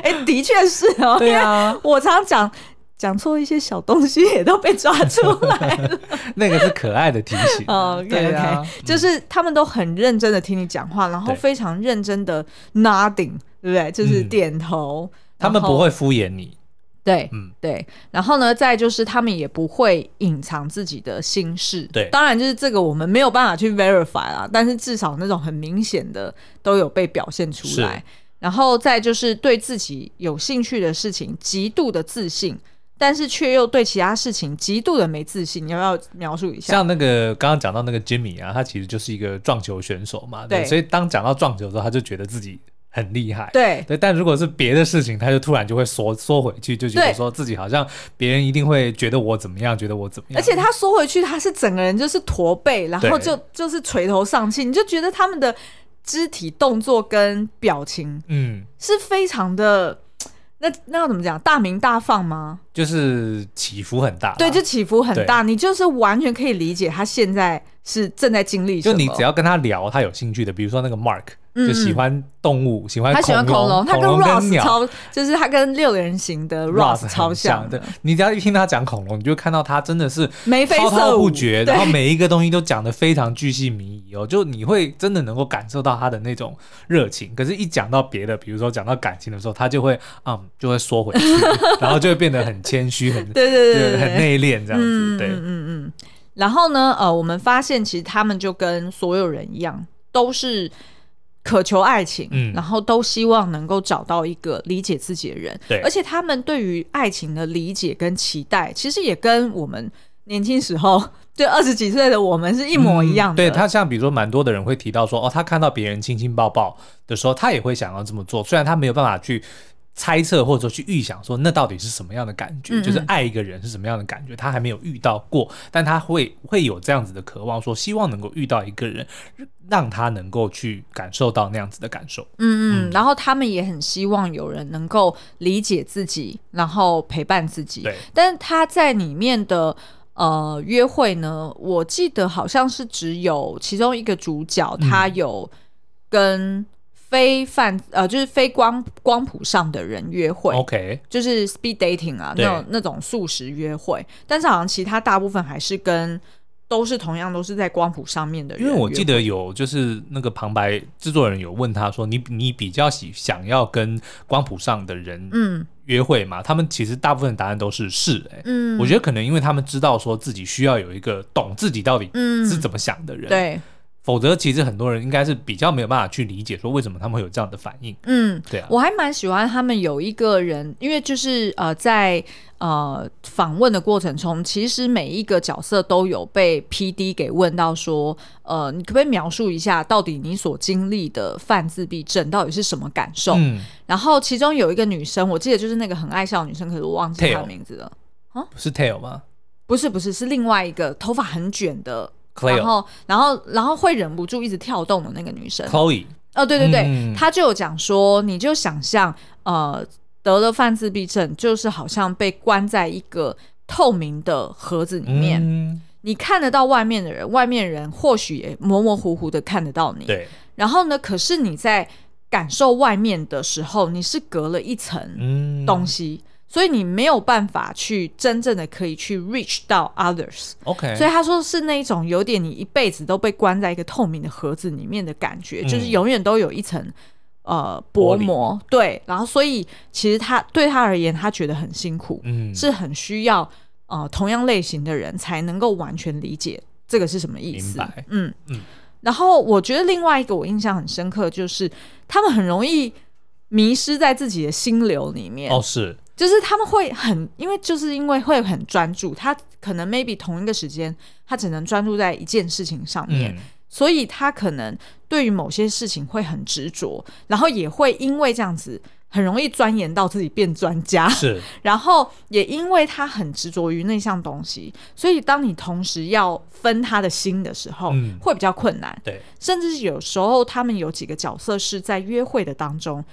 [SPEAKER 2] 哎、的确是哦，
[SPEAKER 1] 对啊，
[SPEAKER 2] 我常讲讲错一些小东西也都被抓出来了。。
[SPEAKER 1] 那个是可爱的提醒
[SPEAKER 2] OK
[SPEAKER 1] 对
[SPEAKER 2] OK，、
[SPEAKER 1] 啊
[SPEAKER 2] 就是他们都很认真的听你讲话，然后
[SPEAKER 1] 对
[SPEAKER 2] 非常认真的 nodding，对不对？就是
[SPEAKER 1] 嗯
[SPEAKER 2] 点头，
[SPEAKER 1] 他们
[SPEAKER 2] 然后
[SPEAKER 1] 不会敷衍你，
[SPEAKER 2] 哦对，
[SPEAKER 1] 嗯
[SPEAKER 2] 对。然后呢，再就是他们也不会隐藏自己的心事。
[SPEAKER 1] 对
[SPEAKER 2] 当然就是这个我们没有办法去 verify 啦，但是至少那种很明显的都有被表现出来
[SPEAKER 1] 是。
[SPEAKER 2] 然后再就是对自己有兴趣的事情极度的自信，但是却又对其他事情极度的没自信。你要不要描述一下？
[SPEAKER 1] 像那个刚刚讲到那个 Jimmy 啊，他其实就是一个撞球选手嘛，对，
[SPEAKER 2] 对
[SPEAKER 1] 所以当讲到撞球的时候，他就觉得自己很厉害，
[SPEAKER 2] 对
[SPEAKER 1] 对，但如果是别的事情，他就突然就会缩缩回去，就觉得
[SPEAKER 2] 对
[SPEAKER 1] 说自己好像别人一定会觉得我怎么样，觉得我怎么样，
[SPEAKER 2] 而且他缩回去，他是整个人就是驼背，然后
[SPEAKER 1] 对
[SPEAKER 2] 就就是垂头丧气，你就觉得他们的肢体动作跟表情
[SPEAKER 1] 嗯，
[SPEAKER 2] 是非常的，那那要怎么讲？大鸣大放吗？
[SPEAKER 1] 就是起伏很大啦，
[SPEAKER 2] 对，就起伏很大，你就是完全可以理解他现在是正在经历什
[SPEAKER 1] 就
[SPEAKER 2] 么。
[SPEAKER 1] 你只要跟他聊他有兴趣的，比如说那个 Mark
[SPEAKER 2] 嗯
[SPEAKER 1] 就喜欢动物，喜欢
[SPEAKER 2] 他喜欢恐
[SPEAKER 1] 龙，
[SPEAKER 2] 他跟
[SPEAKER 1] 恐跟
[SPEAKER 2] Ross
[SPEAKER 1] 鸟
[SPEAKER 2] 超，就是他跟六人行的 Ross
[SPEAKER 1] 很
[SPEAKER 2] 超
[SPEAKER 1] 像
[SPEAKER 2] 的
[SPEAKER 1] 对，，你只要一听他讲恐龙，你就看到他真的是
[SPEAKER 2] 眉飞
[SPEAKER 1] 滔滔
[SPEAKER 2] 色舞
[SPEAKER 1] 不绝，
[SPEAKER 2] 对
[SPEAKER 1] 然后每一个东西都讲得非常巨细靡遗哦，就你会真的能够感受到他的那种热情。可是，一讲到别的，比如说讲到感情的时候，他就会嗯，就会缩回去， 然后就会变得很谦虚，很
[SPEAKER 2] 对对对对
[SPEAKER 1] 很
[SPEAKER 2] 对，
[SPEAKER 1] 内敛这样子。
[SPEAKER 2] 嗯嗯
[SPEAKER 1] 对，
[SPEAKER 2] 嗯嗯。然后呢，呃，我们发现其实他们就跟所有人一样，都是渴求爱情，
[SPEAKER 1] 嗯
[SPEAKER 2] 然后都希望能够找到一个理解自己的人。
[SPEAKER 1] 对
[SPEAKER 2] 而且他们对于爱情的理解跟期待，其实也跟我们年轻时候， 对二十几岁的我们是一
[SPEAKER 1] 一
[SPEAKER 2] 模一样的。
[SPEAKER 1] 嗯对他像比如说，蛮多的人会提到说，哦，他看到别人亲亲抱抱的时候，他也会想要这么做，虽然他没有办法去。猜测或者说去预想说那到底是什么样的感觉，
[SPEAKER 2] 嗯嗯
[SPEAKER 1] 就是爱一个人是什么样的感觉，他还没有遇到过，但他会会有这样子的渴望，说希望能够遇到一个人，让他能够去感受到那样子的感受。
[SPEAKER 2] 嗯
[SPEAKER 1] 嗯
[SPEAKER 2] 嗯，然后他们也很希望有人能够理解自己，然后陪伴自己。
[SPEAKER 1] 对，
[SPEAKER 2] 但是他在里面的呃约会呢，我记得好像是只有其中一个主角，
[SPEAKER 1] 嗯
[SPEAKER 2] 他有跟非犯呃就是非光光谱上的人约会。
[SPEAKER 1] OK，
[SPEAKER 2] 就是 speed dating 啊，
[SPEAKER 1] 哦对
[SPEAKER 2] 那种那种素食约会，但是好像其他大部分还是跟都是同样都是在光谱上面的人
[SPEAKER 1] 因
[SPEAKER 2] 约
[SPEAKER 1] 为
[SPEAKER 2] 会。
[SPEAKER 1] 我记得有就是那个旁白制作人有问他说，你你比较喜想要跟光谱上的人
[SPEAKER 2] 嗯
[SPEAKER 1] 约会嘛，他们其实大部分答案都是是、欸，
[SPEAKER 2] 嗯，
[SPEAKER 1] 我觉得可能因为他们知道说自己需要有一个懂自己到底
[SPEAKER 2] 嗯
[SPEAKER 1] 是怎么想的人，，
[SPEAKER 2] 对，
[SPEAKER 1] 否则其实很多人应该是比较没有办法去理解说为什么他们会有这样的反应，
[SPEAKER 2] 嗯，
[SPEAKER 1] 对啊，
[SPEAKER 2] 我还蛮喜欢他们有一个人，因为就是呃，在呃访问的过程中，其实每一个角色都有被 P D 给问到说，呃，你可不可以描述一下，到底你所经历的泛自闭症到底是什么感受？
[SPEAKER 1] 嗯，
[SPEAKER 2] 然后其中有一个女生，我记得就是那个很爱笑的女生，可是我忘记她的
[SPEAKER 1] Tail
[SPEAKER 2] 名字了。
[SPEAKER 1] 是 tail 吗
[SPEAKER 2] 不是不是，是另外一个头发很卷的。然
[SPEAKER 1] ？Claire
[SPEAKER 2] 后，然后，然后会忍不住一直跳动的那个女生，
[SPEAKER 1] Chloe，
[SPEAKER 2] 哦，对对对，
[SPEAKER 1] 嗯
[SPEAKER 2] 他就有讲说，你就想象，呃，得了泛自闭症，就是好像被关在一个透明的盒子里面，
[SPEAKER 1] 嗯，
[SPEAKER 2] 你看得到外面的人，外面人或许也呃模模糊糊的看得到你。
[SPEAKER 1] 对，
[SPEAKER 2] 然后呢，可是你在感受外面的时候，你是隔了一层
[SPEAKER 1] 嗯，
[SPEAKER 2] 东西，所以你没有办法去真正的可以去 reach 到 others。
[SPEAKER 1] ，OK，
[SPEAKER 2] 所以他说是那一种有点你一辈子都被关在一个透明的盒子里面的感觉，
[SPEAKER 1] 嗯
[SPEAKER 2] 就是永远都有一层呃
[SPEAKER 1] 玻
[SPEAKER 2] 薄
[SPEAKER 1] 璃
[SPEAKER 2] 膜，对，然后所以其实他对他而言，他觉得很辛苦，
[SPEAKER 1] 嗯，
[SPEAKER 2] 是很需要呃同样类型的人才能够完全理解这个是什么意
[SPEAKER 1] 明
[SPEAKER 2] 思
[SPEAKER 1] 白。
[SPEAKER 2] 嗯
[SPEAKER 1] 嗯
[SPEAKER 2] 然后我觉得另外一个我印象很深刻，就是他们很容易迷失在自己的心流里面。
[SPEAKER 1] 哦是，
[SPEAKER 2] 就是他们会很，因为就是因为会很专注，他可能 maybe 同一个时间，他只能专注在一件事情上面，
[SPEAKER 1] 嗯，
[SPEAKER 2] 所以他可能对于某些事情会很执着，然后也会因为这样子很容易钻研到自己变专家，
[SPEAKER 1] 是
[SPEAKER 2] 然后也因为他很执着于那项东西，所以当你同时要分他的心的时候，
[SPEAKER 1] 嗯
[SPEAKER 2] 会比较困难。
[SPEAKER 1] 对，
[SPEAKER 2] 甚至有时候他们有几个角色是在约会的当中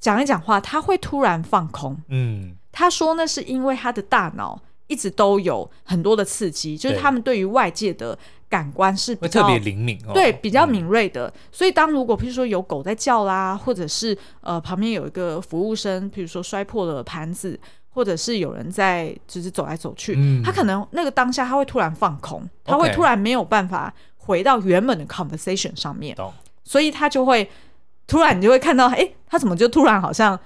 [SPEAKER 2] 讲一讲话，他会突然放空。
[SPEAKER 1] 嗯
[SPEAKER 2] 他说那是因为他的大脑一直都有很多的刺激，就是
[SPEAKER 1] 对
[SPEAKER 2] 他们对于外界的感官是比
[SPEAKER 1] 会特
[SPEAKER 2] 较
[SPEAKER 1] 别灵敏哦，
[SPEAKER 2] 对比较敏锐的。所以当如果譬如说有狗在叫啦，或者是呃旁边有一个服务生，譬如说摔破了盘子，或者是有人在就是走来走去，
[SPEAKER 1] 嗯
[SPEAKER 2] 他可能那个当下他会突然放空，他会
[SPEAKER 1] OK
[SPEAKER 2] 突然没有办法回到原本的 conversation 上面，
[SPEAKER 1] 嗯懂
[SPEAKER 2] 所以他就会突然你就会看到，哎、他怎么就突然好像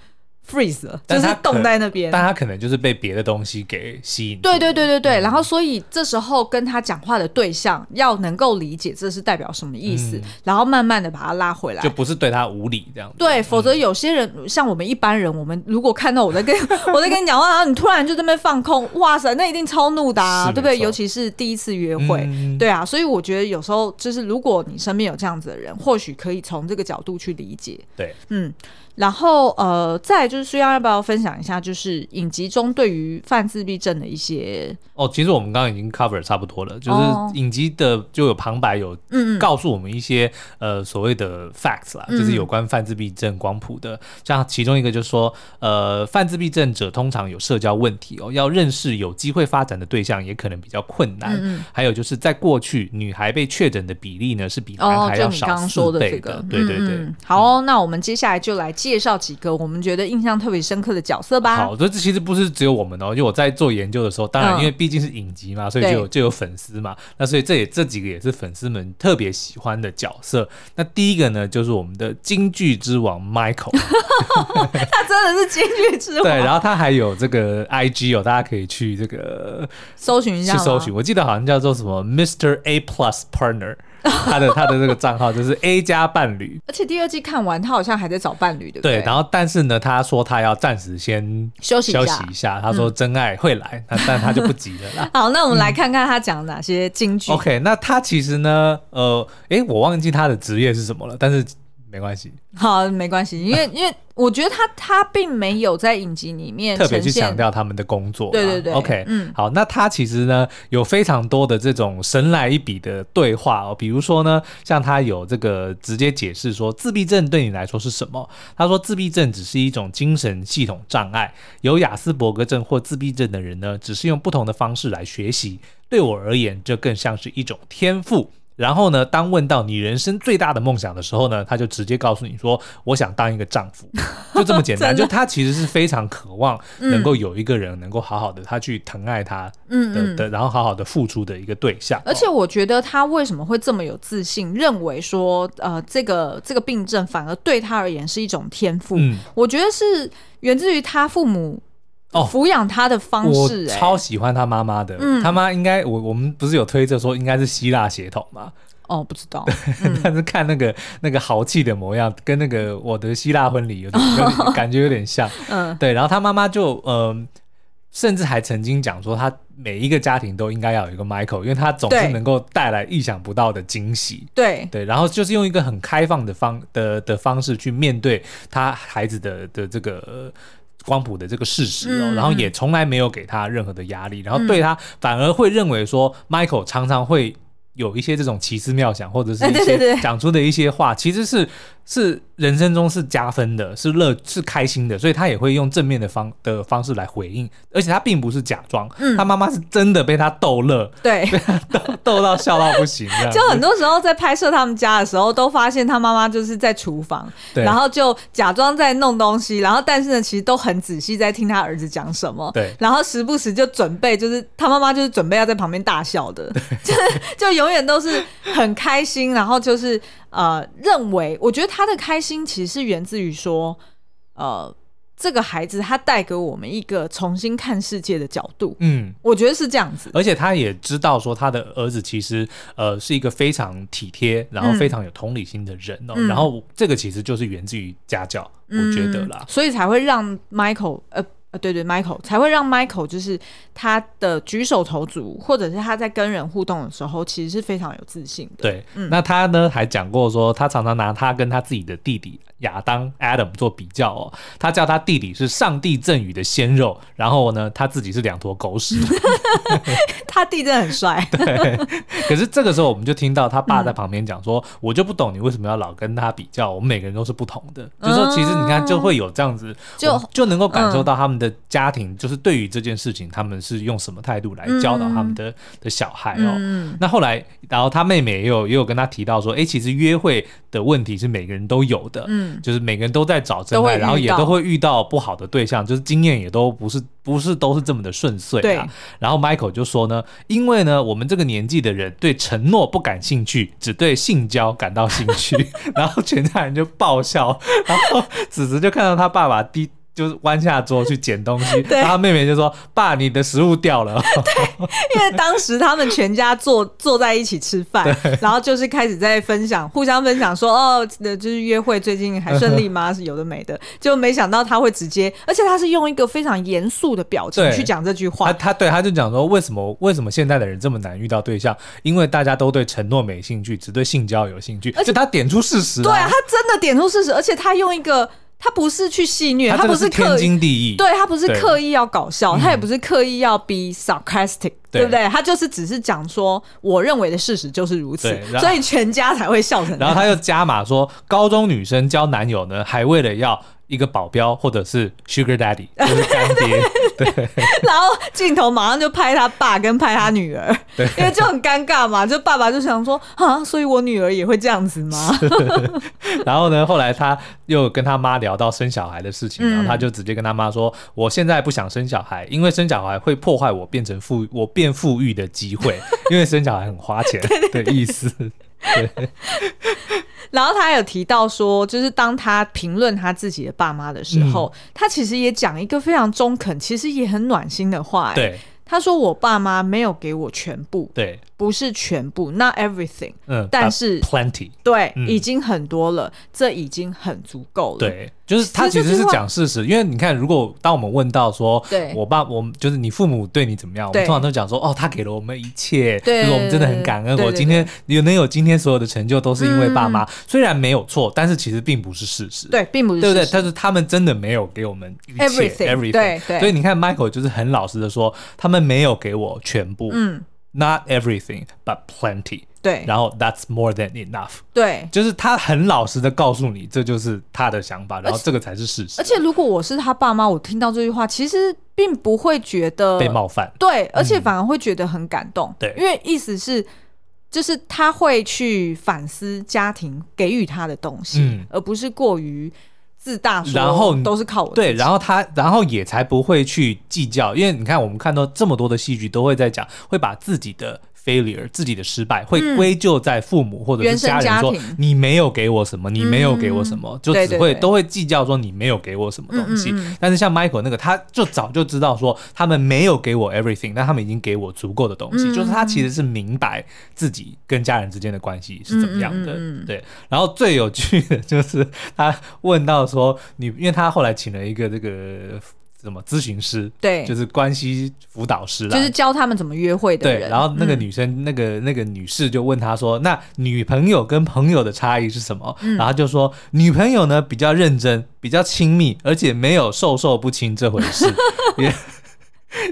[SPEAKER 2] freeze 了，就
[SPEAKER 1] 但
[SPEAKER 2] 是
[SPEAKER 1] 他可
[SPEAKER 2] 冻在那边。
[SPEAKER 1] 但他可能就是被别的东西给吸引住，
[SPEAKER 2] 对对对对对，然后所以这时候跟他讲话的对象要能够理解这是代表什么意思，
[SPEAKER 1] 嗯
[SPEAKER 2] 然后慢慢的把他拉回来
[SPEAKER 1] 就。嗯不是对他无礼这样子。
[SPEAKER 2] 对，否则有些人、像我们一般人，我们如果看到我在跟我在跟你讲话，然后你突然就在那边放空，哇塞，那一定超怒的、啊，
[SPEAKER 1] 是
[SPEAKER 2] 对不对？
[SPEAKER 1] 没错
[SPEAKER 2] 尤其是第一次约会，
[SPEAKER 1] 嗯
[SPEAKER 2] 对啊，所以我觉得有时候就是如果你身边有这样子的人，或许可以从这个角度去理解。
[SPEAKER 1] 对，
[SPEAKER 2] 嗯，然后呃，再来就是需要要不要分享一下，就是影集中对于犯自闭症的一些
[SPEAKER 1] 哦，其实我们刚刚已经 cover 得差不多了，就
[SPEAKER 2] 哦
[SPEAKER 1] 是影集的就有旁白有
[SPEAKER 2] 嗯嗯
[SPEAKER 1] 告诉我们一些呃所谓的 facts 啦，
[SPEAKER 2] 嗯
[SPEAKER 1] 就是有关泛自闭症光谱的。像其中一个就说，呃，泛自闭症者通常有社交问题哦，要认识有机会发展的对象也可能比较困难。
[SPEAKER 2] 嗯嗯
[SPEAKER 1] 还有就是在过去，女孩被确诊的比例呢是比男
[SPEAKER 2] 哦，
[SPEAKER 1] 孩
[SPEAKER 2] 就
[SPEAKER 1] 要
[SPEAKER 2] 你
[SPEAKER 1] 少
[SPEAKER 2] 刚刚
[SPEAKER 1] 四
[SPEAKER 2] 说的
[SPEAKER 1] 倍
[SPEAKER 2] 这个，
[SPEAKER 1] 对对
[SPEAKER 2] 嗯
[SPEAKER 1] 对。
[SPEAKER 2] 嗯好哦，那我们接下来就来介绍几个我们觉得印象特别深刻的角色吧。
[SPEAKER 1] 好，这这其实不是只有我们哦，因为我在做研究的时候，当然
[SPEAKER 2] 嗯
[SPEAKER 1] 因为毕竟是影集嘛，所以就有就有粉丝嘛，那所以这也这几个也是粉丝们特别喜欢的角色。那第一个呢，就是我们的京剧之王 Michael，
[SPEAKER 2] 他真的是金句之
[SPEAKER 1] 对，
[SPEAKER 2] 王，
[SPEAKER 1] 然后他还有这个 IG 哦，大家可以去这个
[SPEAKER 2] 搜寻一下
[SPEAKER 1] 去
[SPEAKER 2] 吗，
[SPEAKER 1] 搜寻，我记得好像叫做什么 Mr A Plus Partner，他 的他的这个账号就是 A 加伴侣，
[SPEAKER 2] 而且第二季看完，他好像还在找伴侣，对不
[SPEAKER 1] 对，
[SPEAKER 2] 对，
[SPEAKER 1] 然后但是呢，他说他要暂时先
[SPEAKER 2] 休息
[SPEAKER 1] 休
[SPEAKER 2] 一
[SPEAKER 1] 息
[SPEAKER 2] 下嗯
[SPEAKER 1] 一。下，他说真爱会来，那但他就不急了啦。
[SPEAKER 2] 好，那我们来看看他讲哪些金句。啊
[SPEAKER 1] OK，那他其实呢，呃，诶，我忘记他的职业是什么了，但是没关系，
[SPEAKER 2] 好，没关系，因为因为我觉得他他并没有在影集里面
[SPEAKER 1] 特别去
[SPEAKER 2] 呈现
[SPEAKER 1] 强调他们的工作啦。
[SPEAKER 2] 对对对
[SPEAKER 1] ，OK，
[SPEAKER 2] 嗯
[SPEAKER 1] 好，那他其实呢有非常多的这种神来一笔的对话哦，比如说呢，像他有这个直接解释说自闭症对你来说是什么？他说自闭症只是一种精神系统障碍，有雅斯伯格症或自闭症的人呢，只是用不同的方式来学习。对我而言，这更像是一种天赋。然后呢，当问到你人生最大的梦想的时候呢，他就直接告诉你说：“我想当一个丈夫。”就这么 简单。
[SPEAKER 2] 真的
[SPEAKER 1] 就他其实是非常渴望能够有一个人能够好好的他去疼爱他的、
[SPEAKER 2] 嗯嗯，
[SPEAKER 1] 的，然后好好的付出的一个对象。
[SPEAKER 2] 而且
[SPEAKER 1] 哦
[SPEAKER 2] 我觉得他为什么会这么有自信，认为说呃这个这个病症反而对他而言是一种天赋，
[SPEAKER 1] 嗯，
[SPEAKER 2] 我觉得是源自于他父母
[SPEAKER 1] 哦
[SPEAKER 2] 抚养他的方
[SPEAKER 1] 我
[SPEAKER 2] 式、哎
[SPEAKER 1] 超喜欢他妈妈的，
[SPEAKER 2] 嗯
[SPEAKER 1] 他妈应该我我们不是有推测说应该是希腊血统嘛，
[SPEAKER 2] 哦不知道，
[SPEAKER 1] 但是
[SPEAKER 2] 嗯
[SPEAKER 1] 看那个那个豪气的模样，跟那个我的希腊婚礼有 点有点感觉有点像。
[SPEAKER 2] 嗯
[SPEAKER 1] 对，然后他妈妈就呃，甚至还曾经讲说，他每一个家庭都应该要有一个 Michael，因为他总是
[SPEAKER 2] 对
[SPEAKER 1] 能够带来意想不到的惊喜。
[SPEAKER 2] 对
[SPEAKER 1] 对，然后就是用一个很开放的方的的方式去面对他孩子的的这个。呃光谱的这个事实哦，
[SPEAKER 2] 嗯
[SPEAKER 1] 然后也从来没有给他任何的压力，然后对他反而会认为说，Michael 常常会有一些这种奇思妙想，或者是
[SPEAKER 2] 哎
[SPEAKER 1] 一
[SPEAKER 2] 对
[SPEAKER 1] 些
[SPEAKER 2] 对对
[SPEAKER 1] 讲出的一些话，其实是是人生中是加分的，是乐是开心的，所以他也会用正面的方的方式来回应，而且他并不是假装，
[SPEAKER 2] 嗯
[SPEAKER 1] 他妈妈是真的被他逗乐，
[SPEAKER 2] 对，
[SPEAKER 1] 逗到笑到不行，这样
[SPEAKER 2] 就
[SPEAKER 1] 子
[SPEAKER 2] 很多时候在拍摄他们家的时候，都发现他妈妈就是在厨房，
[SPEAKER 1] 对
[SPEAKER 2] 然后就假装在弄东西，然后但是呢，其实都很仔细在听他儿子讲什么。
[SPEAKER 1] 对
[SPEAKER 2] 然后时不时就准备，就是他妈妈就是准备要在旁边大笑的，就是就永远都是很开心，然后就是呃认为，我觉得他的开心其实是源自于说，呃，这个孩子他带给我们一个重新看世界的角度，
[SPEAKER 1] 嗯，
[SPEAKER 2] 我觉得是这样子。
[SPEAKER 1] 而且他也知道说他的儿子其实呃是一个非常体贴，然后非常有同理心的人哦。
[SPEAKER 2] 嗯
[SPEAKER 1] 然后这个其实就是源自于家教，我觉得啦
[SPEAKER 2] 嗯。所以才会让 Michael 呃。呃，对对，Michael 才会让 Michael 就是他的举手投足，或者是他在跟人互动的时候，其实是非常有自信的。
[SPEAKER 1] 对，
[SPEAKER 2] 嗯
[SPEAKER 1] 那他呢还讲过说，他常常拿他跟他自己的弟弟亚当 Adam 做比较哦。他叫他弟弟是上帝赠予的鲜肉，然后呢他自己是两坨狗屎。
[SPEAKER 2] 他弟真的很帅，
[SPEAKER 1] 可是这个时候我们就听到他
[SPEAKER 2] 嗯
[SPEAKER 1] 爸在旁边讲说：“我就不懂你为什么要老跟他比较，我们每个人都是不同的。”就是说，其实你看就会有这样子，
[SPEAKER 2] 嗯就
[SPEAKER 1] 我们就能够感受到他们的家庭就是对于这件事情，他们是用什么态度来教导他们的的小孩哦。
[SPEAKER 2] 嗯，
[SPEAKER 1] 那后来，然后他妹妹也有也有跟他提到说，哎，其实约会的问题是每个人都有的，
[SPEAKER 2] 嗯
[SPEAKER 1] 就是每个人都在找真
[SPEAKER 2] 都会
[SPEAKER 1] 爱，
[SPEAKER 2] 遇
[SPEAKER 1] 然后也
[SPEAKER 2] 到
[SPEAKER 1] 都会遇到不好的对象，就是经验也都不是不是都是这么的顺遂
[SPEAKER 2] 对
[SPEAKER 1] 啊。然后 Michael 就说呢，因为呢我们这个年纪的人对承诺不感兴趣，只对性交感到兴趣， 然后全家人就爆笑，然后子子就看到他爸爸低。就是弯下桌去捡东西，
[SPEAKER 2] 对
[SPEAKER 1] 然后他妹妹就说：“爸，你的食物掉了。”
[SPEAKER 2] 因为当时他们全家坐坐在一起吃饭，然后就是开始在分享，互相分享说哦，呃就是约会最近还顺利吗？ 是有的没的，就没想到他会直接，而且他是用一个非常严肃的表情
[SPEAKER 1] 对
[SPEAKER 2] 去讲这句话
[SPEAKER 1] 他，他对他就讲说，为什么为什么现在的人这么难遇到对象？因为大家都对承诺没兴趣，只对性交有兴趣。
[SPEAKER 2] 而且
[SPEAKER 1] 就他点出事实、
[SPEAKER 2] 对啊，他真的点出事实，而且他用一个，他不是去戏谑，
[SPEAKER 1] 他
[SPEAKER 2] 啊他
[SPEAKER 1] 这
[SPEAKER 2] 不
[SPEAKER 1] 个是天
[SPEAKER 2] 刻意，
[SPEAKER 1] 经地义。
[SPEAKER 2] 对他不是
[SPEAKER 1] 对嗯
[SPEAKER 2] 刻意要搞笑，他也不是刻意要 be sarcastic，对
[SPEAKER 1] 对
[SPEAKER 2] 不对？他就是只是讲说，我认为的事实就是如此
[SPEAKER 1] 对，然后
[SPEAKER 2] 所以全家才会笑成那
[SPEAKER 1] 然后
[SPEAKER 2] 样。
[SPEAKER 1] 他又加码说，高中女生交男友呢，还为了要一个保镖或者是 sugar daddy，就是干爹。
[SPEAKER 2] 然后镜头马上就拍他爸跟拍他女 儿，因为就很尴尬嘛，就爸爸就想说啊，所以我女儿也会这样子吗？
[SPEAKER 1] 然后呢，后来他又跟他妈聊到生小孩的事情，
[SPEAKER 2] 嗯
[SPEAKER 1] 然后他就直接跟他妈说：“我现在不想生小孩，因为生小孩会破坏我变成富我变富裕的机会，因为生小孩很花 钱的意思。”
[SPEAKER 2] 然后他还有提到说，就是当他评论他自己的爸妈的
[SPEAKER 1] 嗯
[SPEAKER 2] 时候，他其实也讲一个非常中肯，其实也很暖心的话、欸。，
[SPEAKER 1] 对
[SPEAKER 2] 他说我爸妈没有给我全部，
[SPEAKER 1] 对，
[SPEAKER 2] 不是全部，not everything，
[SPEAKER 1] 嗯，
[SPEAKER 2] 但
[SPEAKER 1] 把
[SPEAKER 2] 是
[SPEAKER 1] plenty。
[SPEAKER 2] 对，
[SPEAKER 1] 嗯
[SPEAKER 2] 已经很多了，这已经很足够了。，
[SPEAKER 1] 对，就是他其实是讲事实，因为你看，如果当我们问到说
[SPEAKER 2] 对，
[SPEAKER 1] 我爸，我们就是你父母对你怎么样，我
[SPEAKER 2] 对
[SPEAKER 1] 们通常都讲说，哦，他给了我们一切，就
[SPEAKER 2] 对
[SPEAKER 1] 是我们真的很感恩。
[SPEAKER 2] 对对
[SPEAKER 1] 我
[SPEAKER 2] 对嗯
[SPEAKER 1] 今天有能有今天所有的成就，都是因为爸妈，虽然没有错，但是其实并不是事实，
[SPEAKER 2] 对，并不是
[SPEAKER 1] 对不对？
[SPEAKER 2] 事实
[SPEAKER 1] 但是他们真的没有给我们一切
[SPEAKER 2] Everything，对对
[SPEAKER 1] 所以你看，Michael 就是很老实的说，他们没有给我全部
[SPEAKER 2] 嗯，
[SPEAKER 1] ，not everything but plenty，
[SPEAKER 2] 对
[SPEAKER 1] 然后 that's more than enough。
[SPEAKER 2] 对。
[SPEAKER 1] 就是他很老实的告诉你，这就是他的想法，然后这个才是事实，啊
[SPEAKER 2] 而且如果我是他爸妈，我听到这句话，其实并不会觉得
[SPEAKER 1] 被冒犯。嗯
[SPEAKER 2] 对，而且反而会觉得很感动。
[SPEAKER 1] 对
[SPEAKER 2] 因为意思是，就是他会去反思家庭给予他的东西，
[SPEAKER 1] 嗯
[SPEAKER 2] 而不是过于自大说，
[SPEAKER 1] 然后
[SPEAKER 2] 都是靠我自己。
[SPEAKER 1] 对，然后他，然后也才不会去计较，因为你看，我们看到这么多的戏剧都会在讲，会把自己的 failure、自己的失败，会
[SPEAKER 2] 嗯
[SPEAKER 1] 归咎在父母或者
[SPEAKER 2] 原
[SPEAKER 1] 是
[SPEAKER 2] 生
[SPEAKER 1] 家人
[SPEAKER 2] 家
[SPEAKER 1] 说
[SPEAKER 2] 庭嗯
[SPEAKER 1] 你没有给我什么，你没有给我什么，就
[SPEAKER 2] 对
[SPEAKER 1] 只
[SPEAKER 2] 对
[SPEAKER 1] 会
[SPEAKER 2] 对
[SPEAKER 1] 都会计较说你没有给我什么东西。
[SPEAKER 2] 嗯嗯嗯
[SPEAKER 1] 但是像 Michael 那个，他就早就知道说他们没有给我 everything，但他们已经给我足够的东西，
[SPEAKER 2] 嗯嗯
[SPEAKER 1] 就是他其实是明白自己跟家人之间的关系是怎么样的。
[SPEAKER 2] 嗯嗯嗯嗯
[SPEAKER 1] 对，然后最有趣的就是他问到说你，因为他后来请了一个这个什么咨询师，
[SPEAKER 2] 对
[SPEAKER 1] 就是关系辅导师啦，
[SPEAKER 2] 就是教他们怎么约会的
[SPEAKER 1] 对，
[SPEAKER 2] 人。
[SPEAKER 1] 然后那个
[SPEAKER 2] 嗯
[SPEAKER 1] 女生，那个那个女士就问他说：“那女朋友跟朋友的差异是什么？”
[SPEAKER 2] 嗯
[SPEAKER 1] 然后他就说：“女朋友呢比较认真，比较亲密，而且没有授受不亲这回 事。也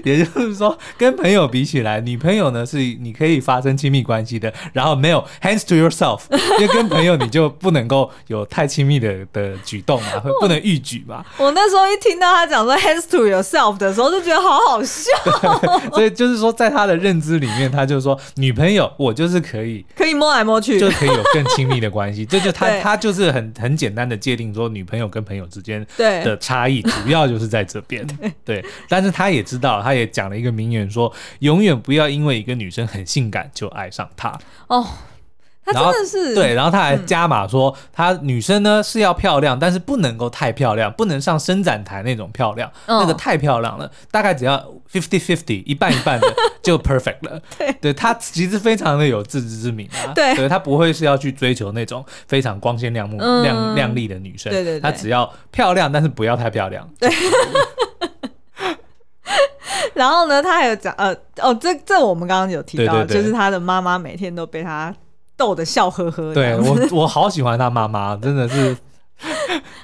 [SPEAKER 1] 也就是说，跟朋友比起来，女朋友呢是你可以发生亲密关系的，然后没有 hands to yourself，因为跟朋友你就不能够有太亲密的的举动 嘛，会不能欲举嘛。
[SPEAKER 2] 我那时候一听到他讲说 “hands to yourself” 的时候，就觉得好好笑，
[SPEAKER 1] 所以就是说，在他的认知里面，他就说女朋友我就是可以。”
[SPEAKER 2] 可以摸来摸去。
[SPEAKER 1] 就可以有更亲密的关系。这就他
[SPEAKER 2] 对
[SPEAKER 1] 他就是很很简单的界定说，女朋友跟朋友之间
[SPEAKER 2] 对
[SPEAKER 1] 的差异，主要就是在这边。对，但是他也知道，他也讲了一个名言说，永远不要因为一个女生很性感就爱上她。
[SPEAKER 2] 哦，他
[SPEAKER 1] 然后
[SPEAKER 2] 真的是嗯
[SPEAKER 1] 对，然后他还加码说，她女生呢是要漂亮，但是不能够太漂亮，不能上伸展台那种漂亮，
[SPEAKER 2] 嗯
[SPEAKER 1] 那个太漂亮了，大概只要 fifty fifty 一半一半的 就 perfect 了。
[SPEAKER 2] 对
[SPEAKER 1] 对他其实非常的有自知之明啊，
[SPEAKER 2] 对
[SPEAKER 1] 对他不会是要去追求那种非常光鲜亮目、
[SPEAKER 2] 嗯
[SPEAKER 1] 亮亮丽的女生，
[SPEAKER 2] 对对对
[SPEAKER 1] 他只要漂亮，但是不要太漂亮。
[SPEAKER 2] 然后呢，他还有讲，呃，哦，这这我们刚刚有提到，
[SPEAKER 1] 对对对
[SPEAKER 2] 就是他的妈妈每天都被他逗得笑呵呵。
[SPEAKER 1] 对，我我好喜欢他妈妈，真的 是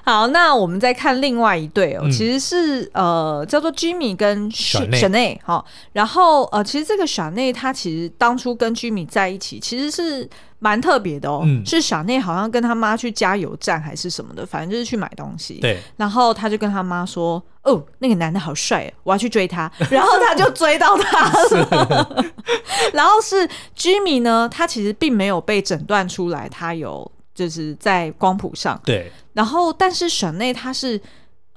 [SPEAKER 2] 好，那我们再看另外一对哦，
[SPEAKER 1] 嗯
[SPEAKER 2] 其实是呃叫做 Jimmy 跟
[SPEAKER 1] Shanae
[SPEAKER 2] 沈内哈，然后呃其实这个小内他其实当初跟 Jimmy 在一起其实是蛮特别的哦，
[SPEAKER 1] 嗯
[SPEAKER 2] 是小内好像跟他妈去加油站还是什么的，反正就是去买东西，
[SPEAKER 1] 对。
[SPEAKER 2] 然后他就跟他妈说：“哦，那个男的好帅哦，我要去 追他。”然后他就追到他了。 然后是 Jimmy 呢，他其实并没有被诊断出来他有就是在光谱上，
[SPEAKER 1] 对，
[SPEAKER 2] 然后但是沈内他是。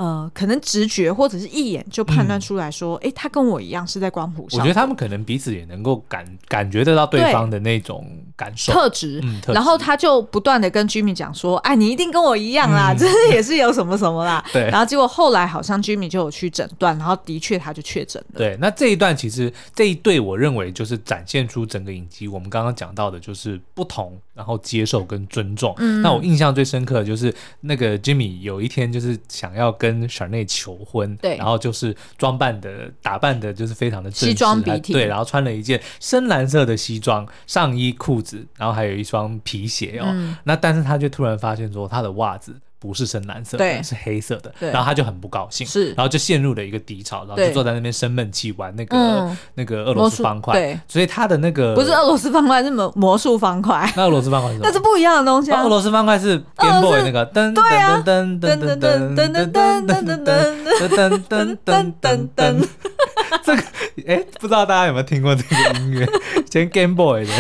[SPEAKER 2] 呃，可能直觉或者是一眼就判断出来说，诶，他跟我一样是在光谱
[SPEAKER 1] 嗯我
[SPEAKER 2] 上
[SPEAKER 1] 觉得他们可能彼此也能够感感觉得到对
[SPEAKER 2] 对
[SPEAKER 1] 方的那种感受，
[SPEAKER 2] 特质，
[SPEAKER 1] 嗯特
[SPEAKER 2] 然后他就不断的跟 Jimmy 讲说，哎，你一定跟我一样啦，这、也是有什么什么啦，
[SPEAKER 1] 嗯 对
[SPEAKER 2] 然后结果后来好像 Jimmy 就有去诊断，然后的确他就确诊了。
[SPEAKER 1] 对，那这一段其实这一对，我认为就是展现出整个影集我们刚刚讲到的，就是不同，然后接受跟尊重。
[SPEAKER 2] 嗯
[SPEAKER 1] 那我印象最深刻的就是那个 Jimmy 有一天就是想要跟 s h a n e 求婚，
[SPEAKER 2] 对
[SPEAKER 1] 然后就是装扮的打扮的就是非常的正式啊
[SPEAKER 2] 西装笔挺
[SPEAKER 1] 对，然后穿了一件深蓝色的西装、上衣、裤子，然后还有一双皮鞋哦。
[SPEAKER 2] 嗯
[SPEAKER 1] 那但是他却突然发现说他的袜子。不是深蓝色的，
[SPEAKER 2] 对
[SPEAKER 1] 是黑色的，
[SPEAKER 2] 对
[SPEAKER 1] 然后他就很不高兴，
[SPEAKER 2] 是
[SPEAKER 1] 然后就陷入了一个低潮，然后就
[SPEAKER 2] 对
[SPEAKER 1] 坐在那边生闷气玩那个、
[SPEAKER 2] 嗯
[SPEAKER 1] 那个俄罗斯方块，
[SPEAKER 2] 魔术对
[SPEAKER 1] 所以他的那个
[SPEAKER 2] 不是俄罗斯方块，是魔魔术方块，
[SPEAKER 1] 那俄罗斯方块是什么？
[SPEAKER 2] 那是不一样的东西啊
[SPEAKER 1] 啊俄。罗斯方块是 Game
[SPEAKER 2] 俄罗
[SPEAKER 1] Boy
[SPEAKER 2] 斯
[SPEAKER 1] 那个噔
[SPEAKER 2] 对啊
[SPEAKER 1] 噔噔
[SPEAKER 2] 噔
[SPEAKER 1] 噔噔
[SPEAKER 2] 噔
[SPEAKER 1] 噔噔噔噔噔
[SPEAKER 2] 噔噔噔噔噔噔
[SPEAKER 1] 噔噔噔噔噔。这个哎，不知道大家有没有听过这个音乐？以前 Game Boy 的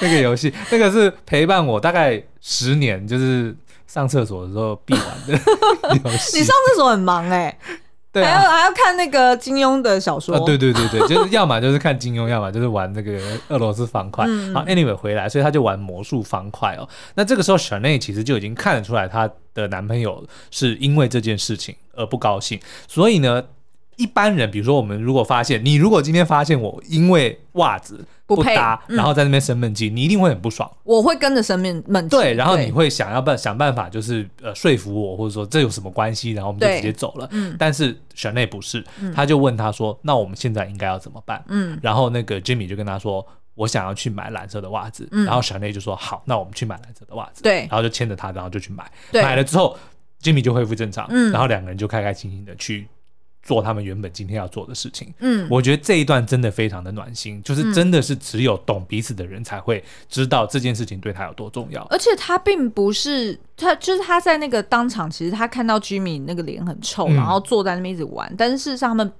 [SPEAKER 1] 那个游戏，那个是陪伴我大概十年，就是上厕所的时候必玩的游戏。
[SPEAKER 2] 你上厕所很忙哎、
[SPEAKER 1] 对
[SPEAKER 2] 还
[SPEAKER 1] 啊，
[SPEAKER 2] 要还要看那个金庸的小说。
[SPEAKER 1] 啊，对对对对，就是要么就是看金庸，要么就是玩这个俄罗斯方块。
[SPEAKER 2] 嗯
[SPEAKER 1] 好，anyway 回来，所以他就玩魔术方块哦。那这个时候 s h a n e 其实就已经看得出来，她的男朋友是因为这件事情而不高兴，所以呢。一般人，比如说我们如果发现你，如果今天发现我因为袜子
[SPEAKER 2] 不配
[SPEAKER 1] 搭，
[SPEAKER 2] 嗯
[SPEAKER 1] 然后在那边生闷气，你一定会很不爽。
[SPEAKER 2] 我会跟着生命闷气。
[SPEAKER 1] 对，然后你会想要办想办法，就是呃说服我，或者说这有什么关系，然后我们就
[SPEAKER 2] 对
[SPEAKER 1] 直接走了。
[SPEAKER 2] 嗯
[SPEAKER 1] 但是小内不是，他就问他说：“那我们现在应该要怎么办？”
[SPEAKER 2] 嗯
[SPEAKER 1] 然后那个 Jimmy 就跟他说：“我想要去买蓝色的袜子。
[SPEAKER 2] 嗯
[SPEAKER 1] 然后小内就说：“好，那我们去买蓝色的袜子。”
[SPEAKER 2] 对
[SPEAKER 1] 然后就牵着他，然后就去买。
[SPEAKER 2] 对
[SPEAKER 1] 买了之后，Jimmy 就恢复正常，
[SPEAKER 2] 嗯
[SPEAKER 1] 然后两个人就开开心心的去做他们原本今天要做的事情。
[SPEAKER 2] 嗯，
[SPEAKER 1] 我觉得这一段真的非常的暖心，就是
[SPEAKER 2] 嗯
[SPEAKER 1] 真的是只有懂彼此的人才会知道这件事情对他有多重要。
[SPEAKER 2] 而且他并不是他，就是他在那个当场，其实他看到 Jimmy 那个脸很臭，
[SPEAKER 1] 嗯
[SPEAKER 2] 然后坐在那边一直玩，但是事实上他们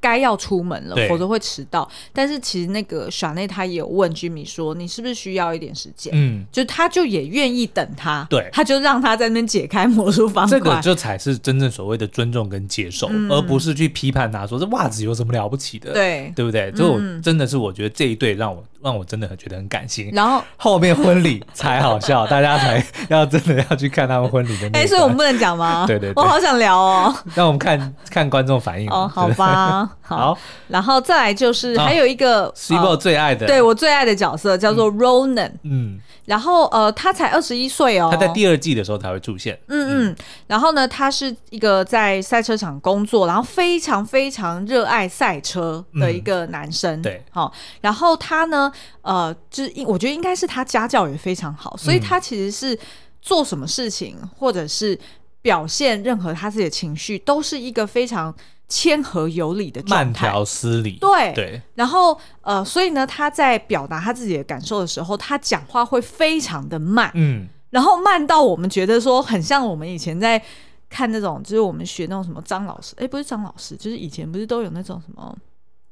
[SPEAKER 2] 该要出门了
[SPEAKER 1] 对，
[SPEAKER 2] 否则会迟到。但是其实那个小内他也有问 Jimmy 说，你是不是需要一点时间？
[SPEAKER 1] 嗯，
[SPEAKER 2] 就他就也愿意等他，
[SPEAKER 1] 对
[SPEAKER 2] 他就让他在那边解开魔术方块。
[SPEAKER 1] 这个这才是真正所谓的尊重跟接受，
[SPEAKER 2] 嗯
[SPEAKER 1] 而不是去批判他说这袜子有什么了不起的，
[SPEAKER 2] 对，
[SPEAKER 1] 对不对？这我
[SPEAKER 2] 嗯
[SPEAKER 1] 真的是我觉得这一对让我让我真的很觉得很感心。
[SPEAKER 2] 然后
[SPEAKER 1] 后面婚礼才好笑，大家才要真的要去看他们婚礼的那
[SPEAKER 2] 哎、
[SPEAKER 1] 一
[SPEAKER 2] 所以我们
[SPEAKER 1] 段。
[SPEAKER 2] 不能讲 吗？
[SPEAKER 1] 对对对
[SPEAKER 2] 我好想聊哦。
[SPEAKER 1] 那我们看看观众反应
[SPEAKER 2] 哦，好
[SPEAKER 1] 对
[SPEAKER 2] 吧，好。
[SPEAKER 1] 好
[SPEAKER 2] 然后再来就是
[SPEAKER 1] 啊
[SPEAKER 2] 还有一个、
[SPEAKER 1] s i b o
[SPEAKER 2] 呃
[SPEAKER 1] 最爱的，
[SPEAKER 2] 对，我最爱的角色叫做 Ronan，、
[SPEAKER 1] 嗯，
[SPEAKER 2] 然后呃，他才二十一岁哦。
[SPEAKER 1] 他在第二季的时候才会出现，
[SPEAKER 2] 嗯嗯，然后呢，他是一个在赛车场工作，然后非常非常热爱赛车的一个男生。
[SPEAKER 1] 嗯对，
[SPEAKER 2] 好、然后他呢，呃，就是应我觉得应该是他家教也非常好，所以
[SPEAKER 1] 嗯
[SPEAKER 2] 他其实是做什么事情或者是表现任何他自己的情绪，都是一个非常谦和有礼的
[SPEAKER 1] 慢
[SPEAKER 2] 状态。
[SPEAKER 1] 条斯理，
[SPEAKER 2] 对
[SPEAKER 1] 对，
[SPEAKER 2] 然后呃，所以呢，他在表达他自己的感受的时候，他讲话会非常的慢，
[SPEAKER 1] 嗯，
[SPEAKER 2] 然后慢到我们觉得说很像我们以前在看那种，就是我们学那种什么张老师，哎，不是张老师，就是以前不是都有那种什么，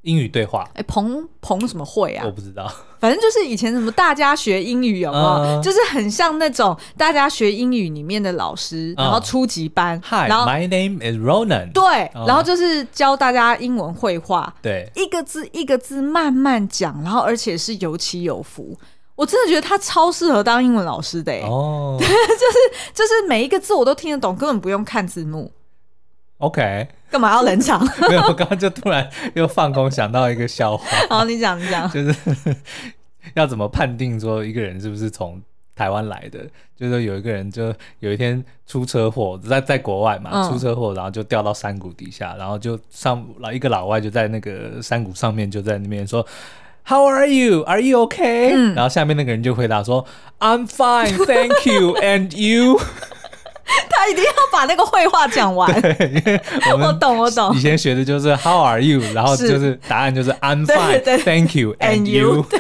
[SPEAKER 1] 英语对话
[SPEAKER 2] 哎，彭彭什么会啊
[SPEAKER 1] 我，不知道，
[SPEAKER 2] 反正就是以前什么大家学英语有没有？
[SPEAKER 1] 嗯
[SPEAKER 2] 就是很像那种大家学英语里面的老师，
[SPEAKER 1] 嗯
[SPEAKER 2] 然后初级班，
[SPEAKER 1] Hi,
[SPEAKER 2] 然后
[SPEAKER 1] my name is Ronan，
[SPEAKER 2] 对，
[SPEAKER 1] 嗯
[SPEAKER 2] 然后就是教大家英文绘画，
[SPEAKER 1] 对，
[SPEAKER 2] 一个字一个字慢慢讲，然后而且是有起有伏。我真的觉得他超适合当英文老师的、欸，
[SPEAKER 1] 哦
[SPEAKER 2] 就是每一个字我都听得懂，根本不用看字幕，
[SPEAKER 1] ，OK，
[SPEAKER 2] 干嘛要冷场？
[SPEAKER 1] 没有，我刚刚就突然又放空想到一个笑话，
[SPEAKER 2] 好，你讲，你讲，
[SPEAKER 1] 就是 要怎么判定说一个人是不是从台湾来的？就是说有一个人就有一天出车祸，在在国外嘛，
[SPEAKER 2] 嗯
[SPEAKER 1] 出车祸，然后就掉到山谷底下，然后就上老一个老外就在那个山谷上面就在那边说。How are you? Are you okay?、
[SPEAKER 2] 嗯
[SPEAKER 1] 然后下面那个人就回答说：“I'm fine, thank you, and you 。
[SPEAKER 2] 他一定要把那个绘画讲完。”
[SPEAKER 1] 我
[SPEAKER 2] 我
[SPEAKER 1] 们
[SPEAKER 2] 懂，我懂
[SPEAKER 1] 以。前学的就是 How are you，然后
[SPEAKER 2] 是
[SPEAKER 1] 就是答案就是 I'm
[SPEAKER 2] 对
[SPEAKER 1] fine,
[SPEAKER 2] 对
[SPEAKER 1] thank you, and
[SPEAKER 2] And you，
[SPEAKER 1] you。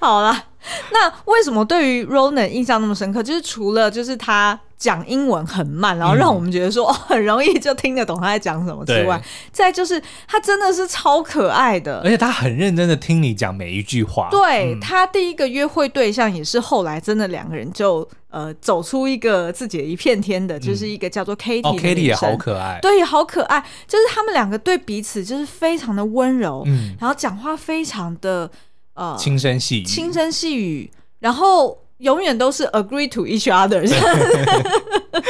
[SPEAKER 2] 好啦，那为什么对于 Ronan 印象那么深刻？就是除了就是他讲英文很慢，然后让我们觉得说、哦很容易就听得懂他在讲什么之外
[SPEAKER 1] 嗯对，
[SPEAKER 2] 再就是他真的是超可爱
[SPEAKER 1] 而
[SPEAKER 2] 的。
[SPEAKER 1] 且他很认真的听你讲每一句话。
[SPEAKER 2] 对、他第一个约会对象也是后来真的两个人就呃走出一个自己的一片天的，就是一个叫做 Katie 的、
[SPEAKER 1] 哦
[SPEAKER 2] 女
[SPEAKER 1] ，Kitty 也
[SPEAKER 2] 生
[SPEAKER 1] 好可爱。
[SPEAKER 2] 对，好可爱。就是他们两个对彼此就是非常的温柔，
[SPEAKER 1] 嗯，
[SPEAKER 2] 然后讲话非常的呃
[SPEAKER 1] 轻声细语。
[SPEAKER 2] 轻声细语，然后永远都是 agree to each other 这样子。我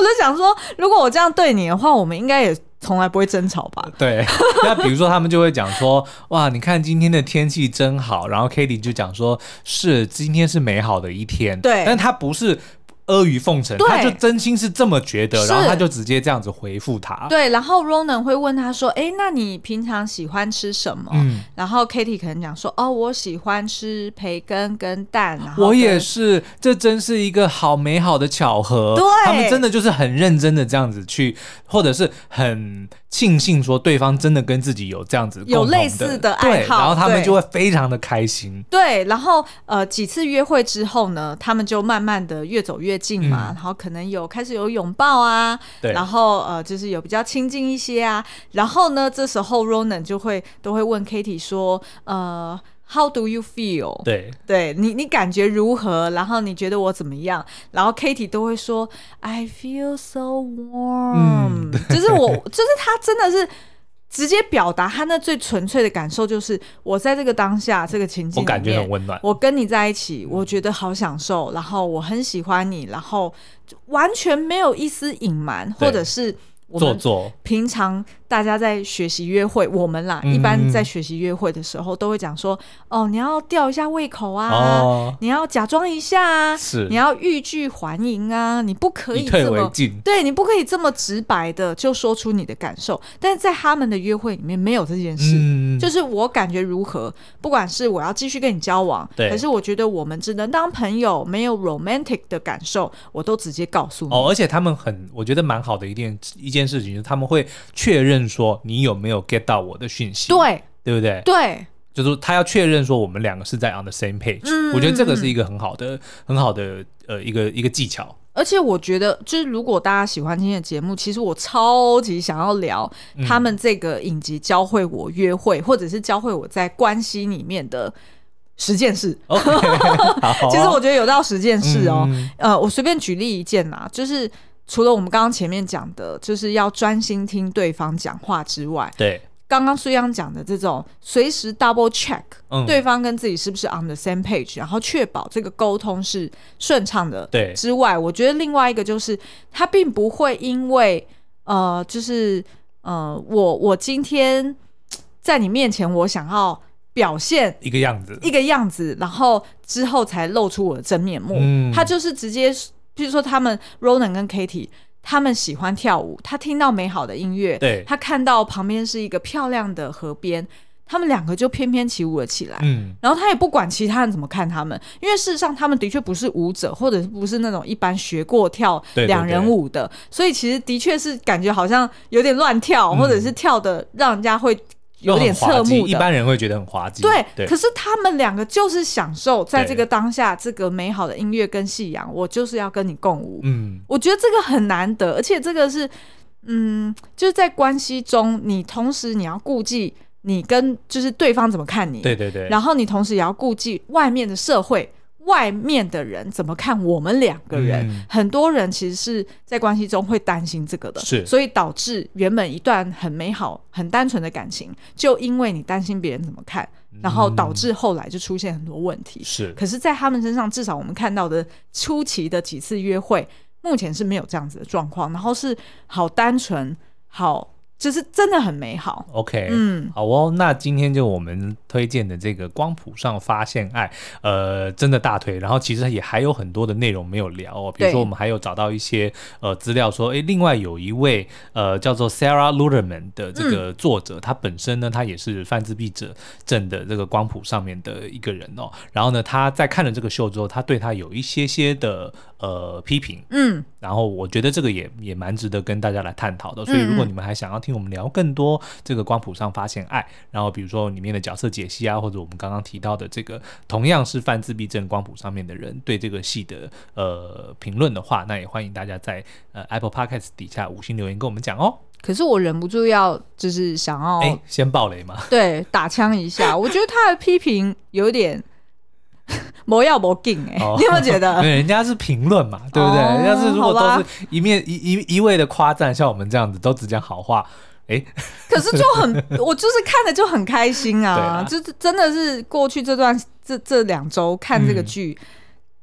[SPEAKER 2] 就想说，如果我这样对你的话，我们应该也从来不会争吵吧？
[SPEAKER 1] 对， 那比如说他们就会讲说，哇，你看今天的天气真好，然后 Kitty 就讲说，是今天是美好的一天。
[SPEAKER 2] 对
[SPEAKER 1] 但他不是阿谀奉承，
[SPEAKER 2] 对
[SPEAKER 1] 他就真心是这么觉得，
[SPEAKER 2] 是
[SPEAKER 1] 然后他就直接这样子回复他。
[SPEAKER 2] 对，然后 Ronan 会问他说：“诶，那你平常喜欢吃什么？”
[SPEAKER 1] 嗯，
[SPEAKER 2] 然后 Kitty 可能讲说：“哦，我喜欢吃培根跟蛋。”然后
[SPEAKER 1] 我也
[SPEAKER 2] 跟
[SPEAKER 1] 是，这真是一个好美好的巧合。
[SPEAKER 2] 对
[SPEAKER 1] 他们真的就是很认真的这样子去，或者是很庆幸说对方真的跟自己有这样子
[SPEAKER 2] 有
[SPEAKER 1] 共同
[SPEAKER 2] 类似的爱
[SPEAKER 1] 对
[SPEAKER 2] 好
[SPEAKER 1] 然后他们
[SPEAKER 2] 对
[SPEAKER 1] 就会非常的开心。
[SPEAKER 2] 对，然后呃几次约会之后呢，他们就慢慢的越走越近嘛，
[SPEAKER 1] 嗯
[SPEAKER 2] 然后可能有开始有拥抱啊，
[SPEAKER 1] 对，
[SPEAKER 2] 然后呃就是有比较亲近一些啊，然后呢这时候 Ronan 就会都会问 Kitty 说，呃，How do you feel？
[SPEAKER 1] 对，
[SPEAKER 2] 对你你感觉如何？然后你觉得我怎么样？然后 Kitty 都会说 I feel so
[SPEAKER 1] 嗯
[SPEAKER 2] warm，、就是我 就是他真的是。直接表达他那最纯粹的感受，就是我在这个当下这个情境
[SPEAKER 1] 我
[SPEAKER 2] 里
[SPEAKER 1] 感觉
[SPEAKER 2] 面
[SPEAKER 1] 很温暖。
[SPEAKER 2] 我跟你在一起，我觉得好享受，然后我很喜欢你，然后就完全没有一丝隐瞒，
[SPEAKER 1] 对
[SPEAKER 2] 或者是我
[SPEAKER 1] 做
[SPEAKER 2] 们
[SPEAKER 1] 作，
[SPEAKER 2] 平常大家在学习约会，我们啦，
[SPEAKER 1] 嗯
[SPEAKER 2] 一般在学习约会的时候都会讲说，哦，你要吊一下胃口啊，
[SPEAKER 1] 哦，
[SPEAKER 2] 你要假装一下啊，
[SPEAKER 1] 是
[SPEAKER 2] 你要欲拒还迎啊，你不可
[SPEAKER 1] 以
[SPEAKER 2] 以
[SPEAKER 1] 退
[SPEAKER 2] 这
[SPEAKER 1] 为
[SPEAKER 2] 么。
[SPEAKER 1] 进。
[SPEAKER 2] 对你不可以这么直白的就说出你的感受，但是在他们的约会里面没有这件事，
[SPEAKER 1] 嗯，
[SPEAKER 2] 就是我感觉如何，不管是我要继续跟你交往，
[SPEAKER 1] 对
[SPEAKER 2] 还是我觉得我们只能当朋友，没有 romantic 的感受，我都直接告诉你。
[SPEAKER 1] 哦，而且他们很，我觉得蛮好的一件一件事情，就是他们会确认说你有没有 get 到我的讯息，
[SPEAKER 2] 对
[SPEAKER 1] 对不对？
[SPEAKER 2] 对，
[SPEAKER 1] 就是他要确认说我们两个是在 on the same page，、
[SPEAKER 2] 嗯
[SPEAKER 1] 我觉得这个是一个很好的、很好的呃一个一个技巧。
[SPEAKER 2] 而且我觉得，就是如果大家喜欢今天的节目，其实我超级想要聊他们这个影集教会我约会，或者是教会我在关系里面的十件事。
[SPEAKER 1] OK，好、
[SPEAKER 2] 其实我觉得有到十件事哦。
[SPEAKER 1] 哦嗯
[SPEAKER 2] 呃，我随便举例一件啦，就是除了我们刚刚前面讲的，就是要专心听对方讲话之外，
[SPEAKER 1] 对，
[SPEAKER 2] 刚刚苏央讲的这种随时 double check
[SPEAKER 1] 嗯，
[SPEAKER 2] 对方跟自己是不是 on the same page，然后确保这个沟通是顺畅的。
[SPEAKER 1] 对
[SPEAKER 2] 之外，我觉得另外一个就是他并不会因为呃，就是呃，我我今天在你面前，我想要表现
[SPEAKER 1] 一个样子，
[SPEAKER 2] 一个样子，然后之后才露出我的真面目。
[SPEAKER 1] 嗯
[SPEAKER 2] 他就是直接，譬如说他们 Ronan 跟 Katie，他们喜欢跳舞，他听到美好的音乐，
[SPEAKER 1] 对
[SPEAKER 2] 他看到旁边是一个漂亮的河边，他们两个就翩翩起舞了起来。
[SPEAKER 1] 嗯，
[SPEAKER 2] 然后他也不管其他人怎么看他们，因为事实上他们的确不是舞者，或者是不是那种一般学过跳
[SPEAKER 1] 对对
[SPEAKER 2] 两人舞的，所以其实的确是感觉好像有点乱跳，
[SPEAKER 1] 嗯
[SPEAKER 2] 或者是跳的让人家会有
[SPEAKER 1] 又
[SPEAKER 2] 点
[SPEAKER 1] 很滑
[SPEAKER 2] 侧
[SPEAKER 1] 稽
[SPEAKER 2] 目的。
[SPEAKER 1] 一般人会觉得很滑稽。
[SPEAKER 2] 对，
[SPEAKER 1] 对，
[SPEAKER 2] 可是他们两个就是享受在
[SPEAKER 1] 对
[SPEAKER 2] 这个当下，这个美好的音乐跟夕阳，我就是要跟你共舞。
[SPEAKER 1] 嗯，
[SPEAKER 2] 我觉得这个很难得，而且这个是，嗯，就是在关系中，你同时你要顾忌你跟就是对方怎么看你，
[SPEAKER 1] 对对对，
[SPEAKER 2] 然后你同时也要顾忌外面的社会、外面的人怎么看我们两个人。
[SPEAKER 1] 嗯
[SPEAKER 2] 很多人其实是在关系中会担心这个的，
[SPEAKER 1] 是
[SPEAKER 2] 所以导致原本一段很美好、很单纯的感情，就因为你担心别人怎么看，然后导致后来就出现很多问题。
[SPEAKER 1] 嗯是
[SPEAKER 2] 可是，在他们身上，至少我们看到的初期的几次约会，目前是没有这样子的状况，然后是好单纯，好就是真的很美好。
[SPEAKER 1] OK，
[SPEAKER 2] 嗯
[SPEAKER 1] 好哦，那今天就我们推荐的这个光谱上发现爱，呃，真的大推。然后其实也还有很多的内容没有聊哦，比如
[SPEAKER 2] 对
[SPEAKER 1] 说我们还有找到一些呃资料说，诶，另外有一位呃叫做 Sarah Luderman 的这
[SPEAKER 2] 嗯
[SPEAKER 1] 个作者，他本身呢，他也是泛自闭者症的这个光谱上面的一个人哦。然后呢，他在看了这个秀之后，他对他有一些些的呃批评，
[SPEAKER 2] 嗯，
[SPEAKER 1] 然后我觉得这个也也蛮值得跟大家来探讨的。所以如果你们还想要听我们聊更多这个光谱上发现爱，然后比如说里面的角色解析啊，或者我们刚刚提到的这个同样是泛自闭症光谱上面的人对这个戏的呃评论的话，那也欢迎大家在呃 Apple Podcast 底下五星留言跟我们讲哦。
[SPEAKER 2] 可是我忍不住要就是想要、
[SPEAKER 1] 哎、先爆雷嘛，
[SPEAKER 2] 对打枪 一下，我觉得他的批评有点 魔要魔劲哎，
[SPEAKER 1] 哦
[SPEAKER 2] 你有没有觉 得？
[SPEAKER 1] 对，人家是评论嘛，对不对？
[SPEAKER 2] 哦
[SPEAKER 1] 人家是如果
[SPEAKER 2] 好
[SPEAKER 1] 都
[SPEAKER 2] 吧
[SPEAKER 1] 是一面一一一味的夸赞，像我们这样子都只讲好话，哎，
[SPEAKER 2] 可是就很，我就是看着就很开心
[SPEAKER 1] 对
[SPEAKER 2] 啊，
[SPEAKER 1] 啊
[SPEAKER 2] 就是真的是过去这段这这两周看这个
[SPEAKER 1] 嗯
[SPEAKER 2] 剧，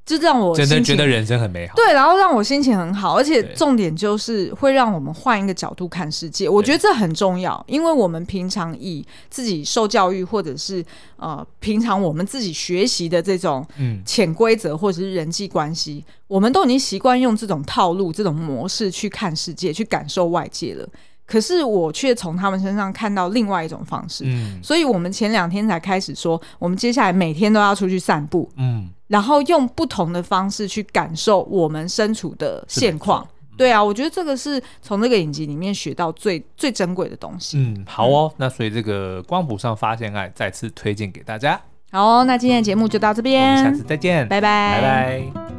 [SPEAKER 2] 就让我
[SPEAKER 1] 真的
[SPEAKER 2] 心
[SPEAKER 1] 觉
[SPEAKER 2] 情
[SPEAKER 1] 得人生很美好。
[SPEAKER 2] 对，然后让我心情很好，而且
[SPEAKER 1] 对
[SPEAKER 2] 重点就是会让我们换一个角度看世界，我觉得这很重要，因为我们平常以自己受教育或者是呃平常我们自己学习的这种
[SPEAKER 1] 嗯，
[SPEAKER 2] 潜规则或者是人际关系，我们都已经习惯用这种套路、这种模式去看世界、去感受外界了。可是我却从他们身上看到另外一种方式，
[SPEAKER 1] 嗯
[SPEAKER 2] 所以我们前两天才开始说，我们接下来每天都要出去散步，
[SPEAKER 1] 嗯，
[SPEAKER 2] 然后用不同的方式去感受我们身处的现况。对啊，我觉得这个是从这个影集里面学到最最珍贵的东西。
[SPEAKER 1] 嗯，好哦，那所以这个光谱上发现爱再次推荐给大家，
[SPEAKER 2] 好哦、那今天的节目就到这
[SPEAKER 1] 我们下
[SPEAKER 2] 边
[SPEAKER 1] 次，再见，
[SPEAKER 2] 拜
[SPEAKER 1] 拜拜